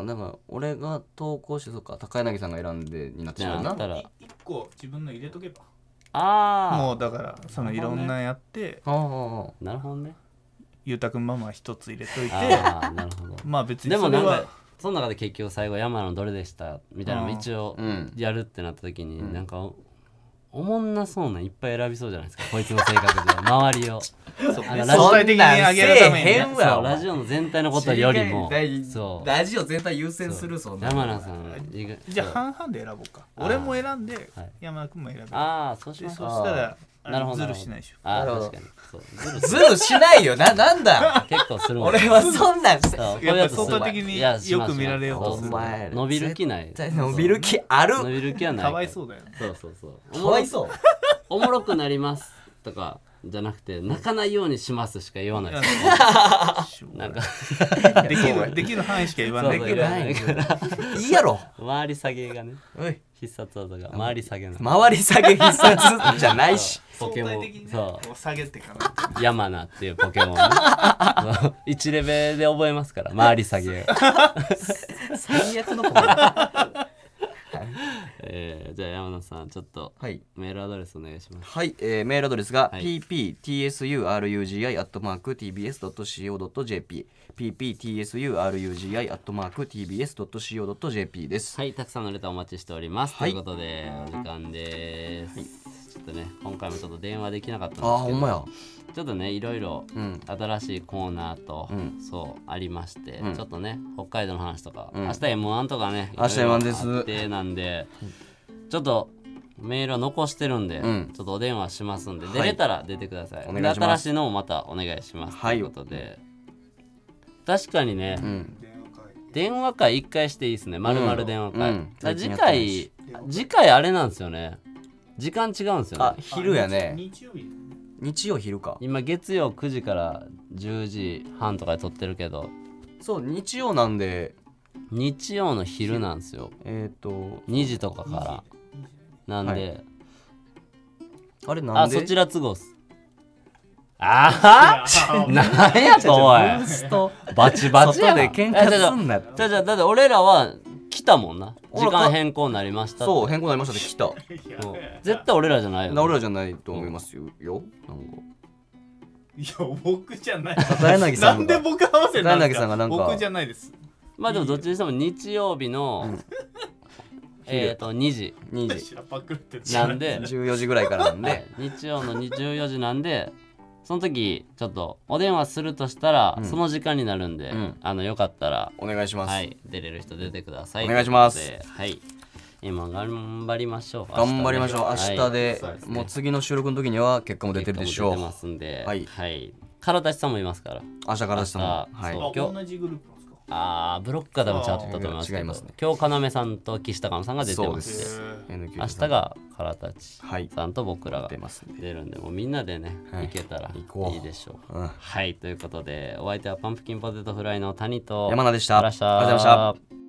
[SPEAKER 2] ああなんか俺が投稿してそっか高柳さんが選んでになって
[SPEAKER 1] て
[SPEAKER 2] しまう
[SPEAKER 1] な
[SPEAKER 2] な
[SPEAKER 1] ったら
[SPEAKER 4] 一個自分の入れとけば
[SPEAKER 1] あ
[SPEAKER 4] もうだからそのいろんなやって
[SPEAKER 2] あー
[SPEAKER 1] あなるほどね
[SPEAKER 4] ゆうたくんママ一つ入れといて
[SPEAKER 1] ああなる ほど
[SPEAKER 4] まあ別に
[SPEAKER 1] でも
[SPEAKER 4] そ
[SPEAKER 1] な
[SPEAKER 4] れ
[SPEAKER 1] ん
[SPEAKER 4] は
[SPEAKER 1] かその中で結局最後山のどれでしたみたいなのも一応
[SPEAKER 2] うん
[SPEAKER 1] やるってなった時になんかおおもんなそうなんいっぱい選びそうじゃないですかこいつの性格上 周りをあのラジ
[SPEAKER 4] 相
[SPEAKER 1] オ
[SPEAKER 4] 対的に上げるため
[SPEAKER 2] そんなん
[SPEAKER 4] にね
[SPEAKER 2] せえへんわ
[SPEAKER 1] そうラジオの全体のことよりもそう
[SPEAKER 2] ラジオ全体優先するそんな
[SPEAKER 1] 山名さん意外
[SPEAKER 4] じゃあ半々で選ぼうか俺も選んで
[SPEAKER 1] はい
[SPEAKER 4] 山田くんも選ぶ
[SPEAKER 1] ああそうし
[SPEAKER 4] で
[SPEAKER 1] まし
[SPEAKER 4] そ
[SPEAKER 1] ょう
[SPEAKER 4] したらあ
[SPEAKER 1] なるほど
[SPEAKER 4] ズルしないでしょ
[SPEAKER 1] ああ
[SPEAKER 2] なるほど
[SPEAKER 1] 確かにそうずる
[SPEAKER 2] ズルしないよななんだ
[SPEAKER 1] 結構するもん
[SPEAKER 2] 俺はそんなんして
[SPEAKER 1] そうこういう
[SPEAKER 4] やっぱ
[SPEAKER 1] やつする
[SPEAKER 4] 相対的に
[SPEAKER 1] いやし
[SPEAKER 4] よ
[SPEAKER 1] ます
[SPEAKER 4] く見られようと
[SPEAKER 1] そ
[SPEAKER 4] する
[SPEAKER 1] う
[SPEAKER 2] お前
[SPEAKER 1] 伸びる気ない
[SPEAKER 2] 絶対伸びる気あ
[SPEAKER 1] 伸
[SPEAKER 2] る
[SPEAKER 1] びる気はない
[SPEAKER 4] かわいそうだよね
[SPEAKER 1] そうそうそう
[SPEAKER 2] かわいそう
[SPEAKER 1] おもろくなりますとかじゃなくて泣かないようにしますしか言わないですなんか
[SPEAKER 4] できるできる範囲しか言わ
[SPEAKER 1] そ
[SPEAKER 4] な
[SPEAKER 1] う
[SPEAKER 4] い
[SPEAKER 1] そう
[SPEAKER 4] け
[SPEAKER 1] 言
[SPEAKER 4] ど
[SPEAKER 1] わないから
[SPEAKER 3] いいやろ
[SPEAKER 1] 回り下げがね
[SPEAKER 3] おい
[SPEAKER 1] 必殺技が回り下げなの
[SPEAKER 3] 回り下げ必殺じゃないし
[SPEAKER 1] ポ
[SPEAKER 4] 相
[SPEAKER 1] ケモ
[SPEAKER 4] 対
[SPEAKER 1] ン
[SPEAKER 4] 的にね
[SPEAKER 1] そ
[SPEAKER 4] こ
[SPEAKER 1] う
[SPEAKER 4] う下げてから
[SPEAKER 1] ヤマナっていうポケモンね そう一レベルで覚えますから回り下げを
[SPEAKER 3] 最悪のポケモン
[SPEAKER 1] えーじゃあ山名さんちょっと
[SPEAKER 2] はい
[SPEAKER 1] メールアドレスお願いします
[SPEAKER 2] はい、えーメールアドレスが、
[SPEAKER 1] はい
[SPEAKER 2] pptsurugi.tbs.co.jp pptsurugi.tbs.co.jp です。
[SPEAKER 1] はいたくさんのレターお待ちしております、
[SPEAKER 2] はい
[SPEAKER 1] ということでお時間です、ちょっとね今回もちょっと電話できなかったんですけ
[SPEAKER 2] あ
[SPEAKER 1] ど
[SPEAKER 2] あ、ほんまや。
[SPEAKER 1] ちょっとねいろいろ
[SPEAKER 2] うん。
[SPEAKER 1] 新しいコーナーと、
[SPEAKER 2] うん
[SPEAKER 1] そうありまして、
[SPEAKER 2] うん
[SPEAKER 1] ちょっとね北海道の話とか、
[SPEAKER 2] うん
[SPEAKER 1] 明日 m 1とかね
[SPEAKER 2] 明日
[SPEAKER 1] いろい
[SPEAKER 2] M1
[SPEAKER 1] ろ
[SPEAKER 2] です
[SPEAKER 1] あってなんでちょっとメールは残してるんで、
[SPEAKER 2] うん
[SPEAKER 1] ちょっとお電話しますんで、
[SPEAKER 2] はい
[SPEAKER 1] 出れたら出てください
[SPEAKER 2] お願いします
[SPEAKER 1] で新しいのもまたお願いします、
[SPEAKER 2] はい
[SPEAKER 1] ということで確かにね、
[SPEAKER 2] うん。
[SPEAKER 1] 電話会1回していいですねまるまる電話会、
[SPEAKER 2] うん
[SPEAKER 1] だから次
[SPEAKER 2] 最近
[SPEAKER 1] 回
[SPEAKER 4] やってないし
[SPEAKER 1] 次回あれなんですよね時間違うんですよ
[SPEAKER 2] あ
[SPEAKER 1] ね、
[SPEAKER 2] 昼やね。
[SPEAKER 4] 日曜日
[SPEAKER 2] 日曜昼か。
[SPEAKER 1] 今月曜9時から10時半とかで撮ってるけど
[SPEAKER 2] そう、日曜なんで、
[SPEAKER 1] 日曜の昼なんですよ
[SPEAKER 2] えっ、と、
[SPEAKER 1] 2時とかからなんで、
[SPEAKER 2] あれなん
[SPEAKER 1] あ
[SPEAKER 2] で
[SPEAKER 1] そちら都合っすあはなんやとお
[SPEAKER 3] ブー
[SPEAKER 1] い
[SPEAKER 3] スト
[SPEAKER 1] バチバチや
[SPEAKER 3] 外
[SPEAKER 1] な
[SPEAKER 3] で喧嘩
[SPEAKER 1] えちょ
[SPEAKER 3] す
[SPEAKER 1] ちょ
[SPEAKER 3] んなよ
[SPEAKER 1] ちょちょだって俺らは来たもんな
[SPEAKER 2] 俺ら
[SPEAKER 1] 時
[SPEAKER 2] か
[SPEAKER 1] 間変更になりましたって
[SPEAKER 2] そう、変更になりましたって来た。
[SPEAKER 1] うん絶対俺らじゃないよね、
[SPEAKER 2] 俺らじゃないと思いますよ。よなんか。
[SPEAKER 4] いや僕じゃない
[SPEAKER 2] 片柳さ
[SPEAKER 4] なんん
[SPEAKER 2] が
[SPEAKER 4] で僕合わせなんで
[SPEAKER 2] 片
[SPEAKER 4] す
[SPEAKER 2] 柳
[SPEAKER 4] か
[SPEAKER 2] さんがなんか
[SPEAKER 4] 僕じゃないです
[SPEAKER 1] まあでもどっちにしても日曜日の えっと2時
[SPEAKER 2] 2時、
[SPEAKER 4] 私はパクってる
[SPEAKER 1] なんで
[SPEAKER 2] 14時ぐらいからなん
[SPEAKER 1] はい
[SPEAKER 2] で、
[SPEAKER 1] 日曜の24時なんでその時ちょっとお電話するとしたら、
[SPEAKER 2] うん
[SPEAKER 1] その時間になるんで、
[SPEAKER 2] うん
[SPEAKER 1] あのよかったら、
[SPEAKER 2] お願いします。
[SPEAKER 1] はい、出れる人出てください
[SPEAKER 2] お願いします
[SPEAKER 1] ということではい今頑張りましょう
[SPEAKER 2] 頑張りましょう明日で、
[SPEAKER 1] はい
[SPEAKER 2] もう次の収録の時には結果も出てるでしょ
[SPEAKER 1] 結果
[SPEAKER 2] う
[SPEAKER 1] も出てますんでは、
[SPEAKER 2] はいい
[SPEAKER 1] はい、唐田さんもいますから
[SPEAKER 2] 明日からしたも
[SPEAKER 1] 明日
[SPEAKER 2] はい
[SPEAKER 1] そ
[SPEAKER 4] あ
[SPEAKER 1] う今日
[SPEAKER 4] 同じグループなんですか
[SPEAKER 1] あーブロックが多分ちゃったと思いますけど
[SPEAKER 2] 違いますね
[SPEAKER 1] 今日要さんと岸田さんが出て
[SPEAKER 2] そう
[SPEAKER 1] ま
[SPEAKER 2] ですす
[SPEAKER 1] んで
[SPEAKER 4] へ
[SPEAKER 2] NQ
[SPEAKER 1] 明日が唐田
[SPEAKER 2] はい
[SPEAKER 1] さんと僕らが
[SPEAKER 2] 出ますね
[SPEAKER 1] 出るんでもうみんなでね、
[SPEAKER 2] はい
[SPEAKER 1] 行けたら
[SPEAKER 2] 行こう
[SPEAKER 1] いいでしょう
[SPEAKER 2] うん
[SPEAKER 1] はい、ということで、お相手はパンプキンポテトフライの谷と
[SPEAKER 2] 山名でした
[SPEAKER 1] ありがとうございま
[SPEAKER 2] あり
[SPEAKER 1] し
[SPEAKER 2] がとうございま
[SPEAKER 1] た。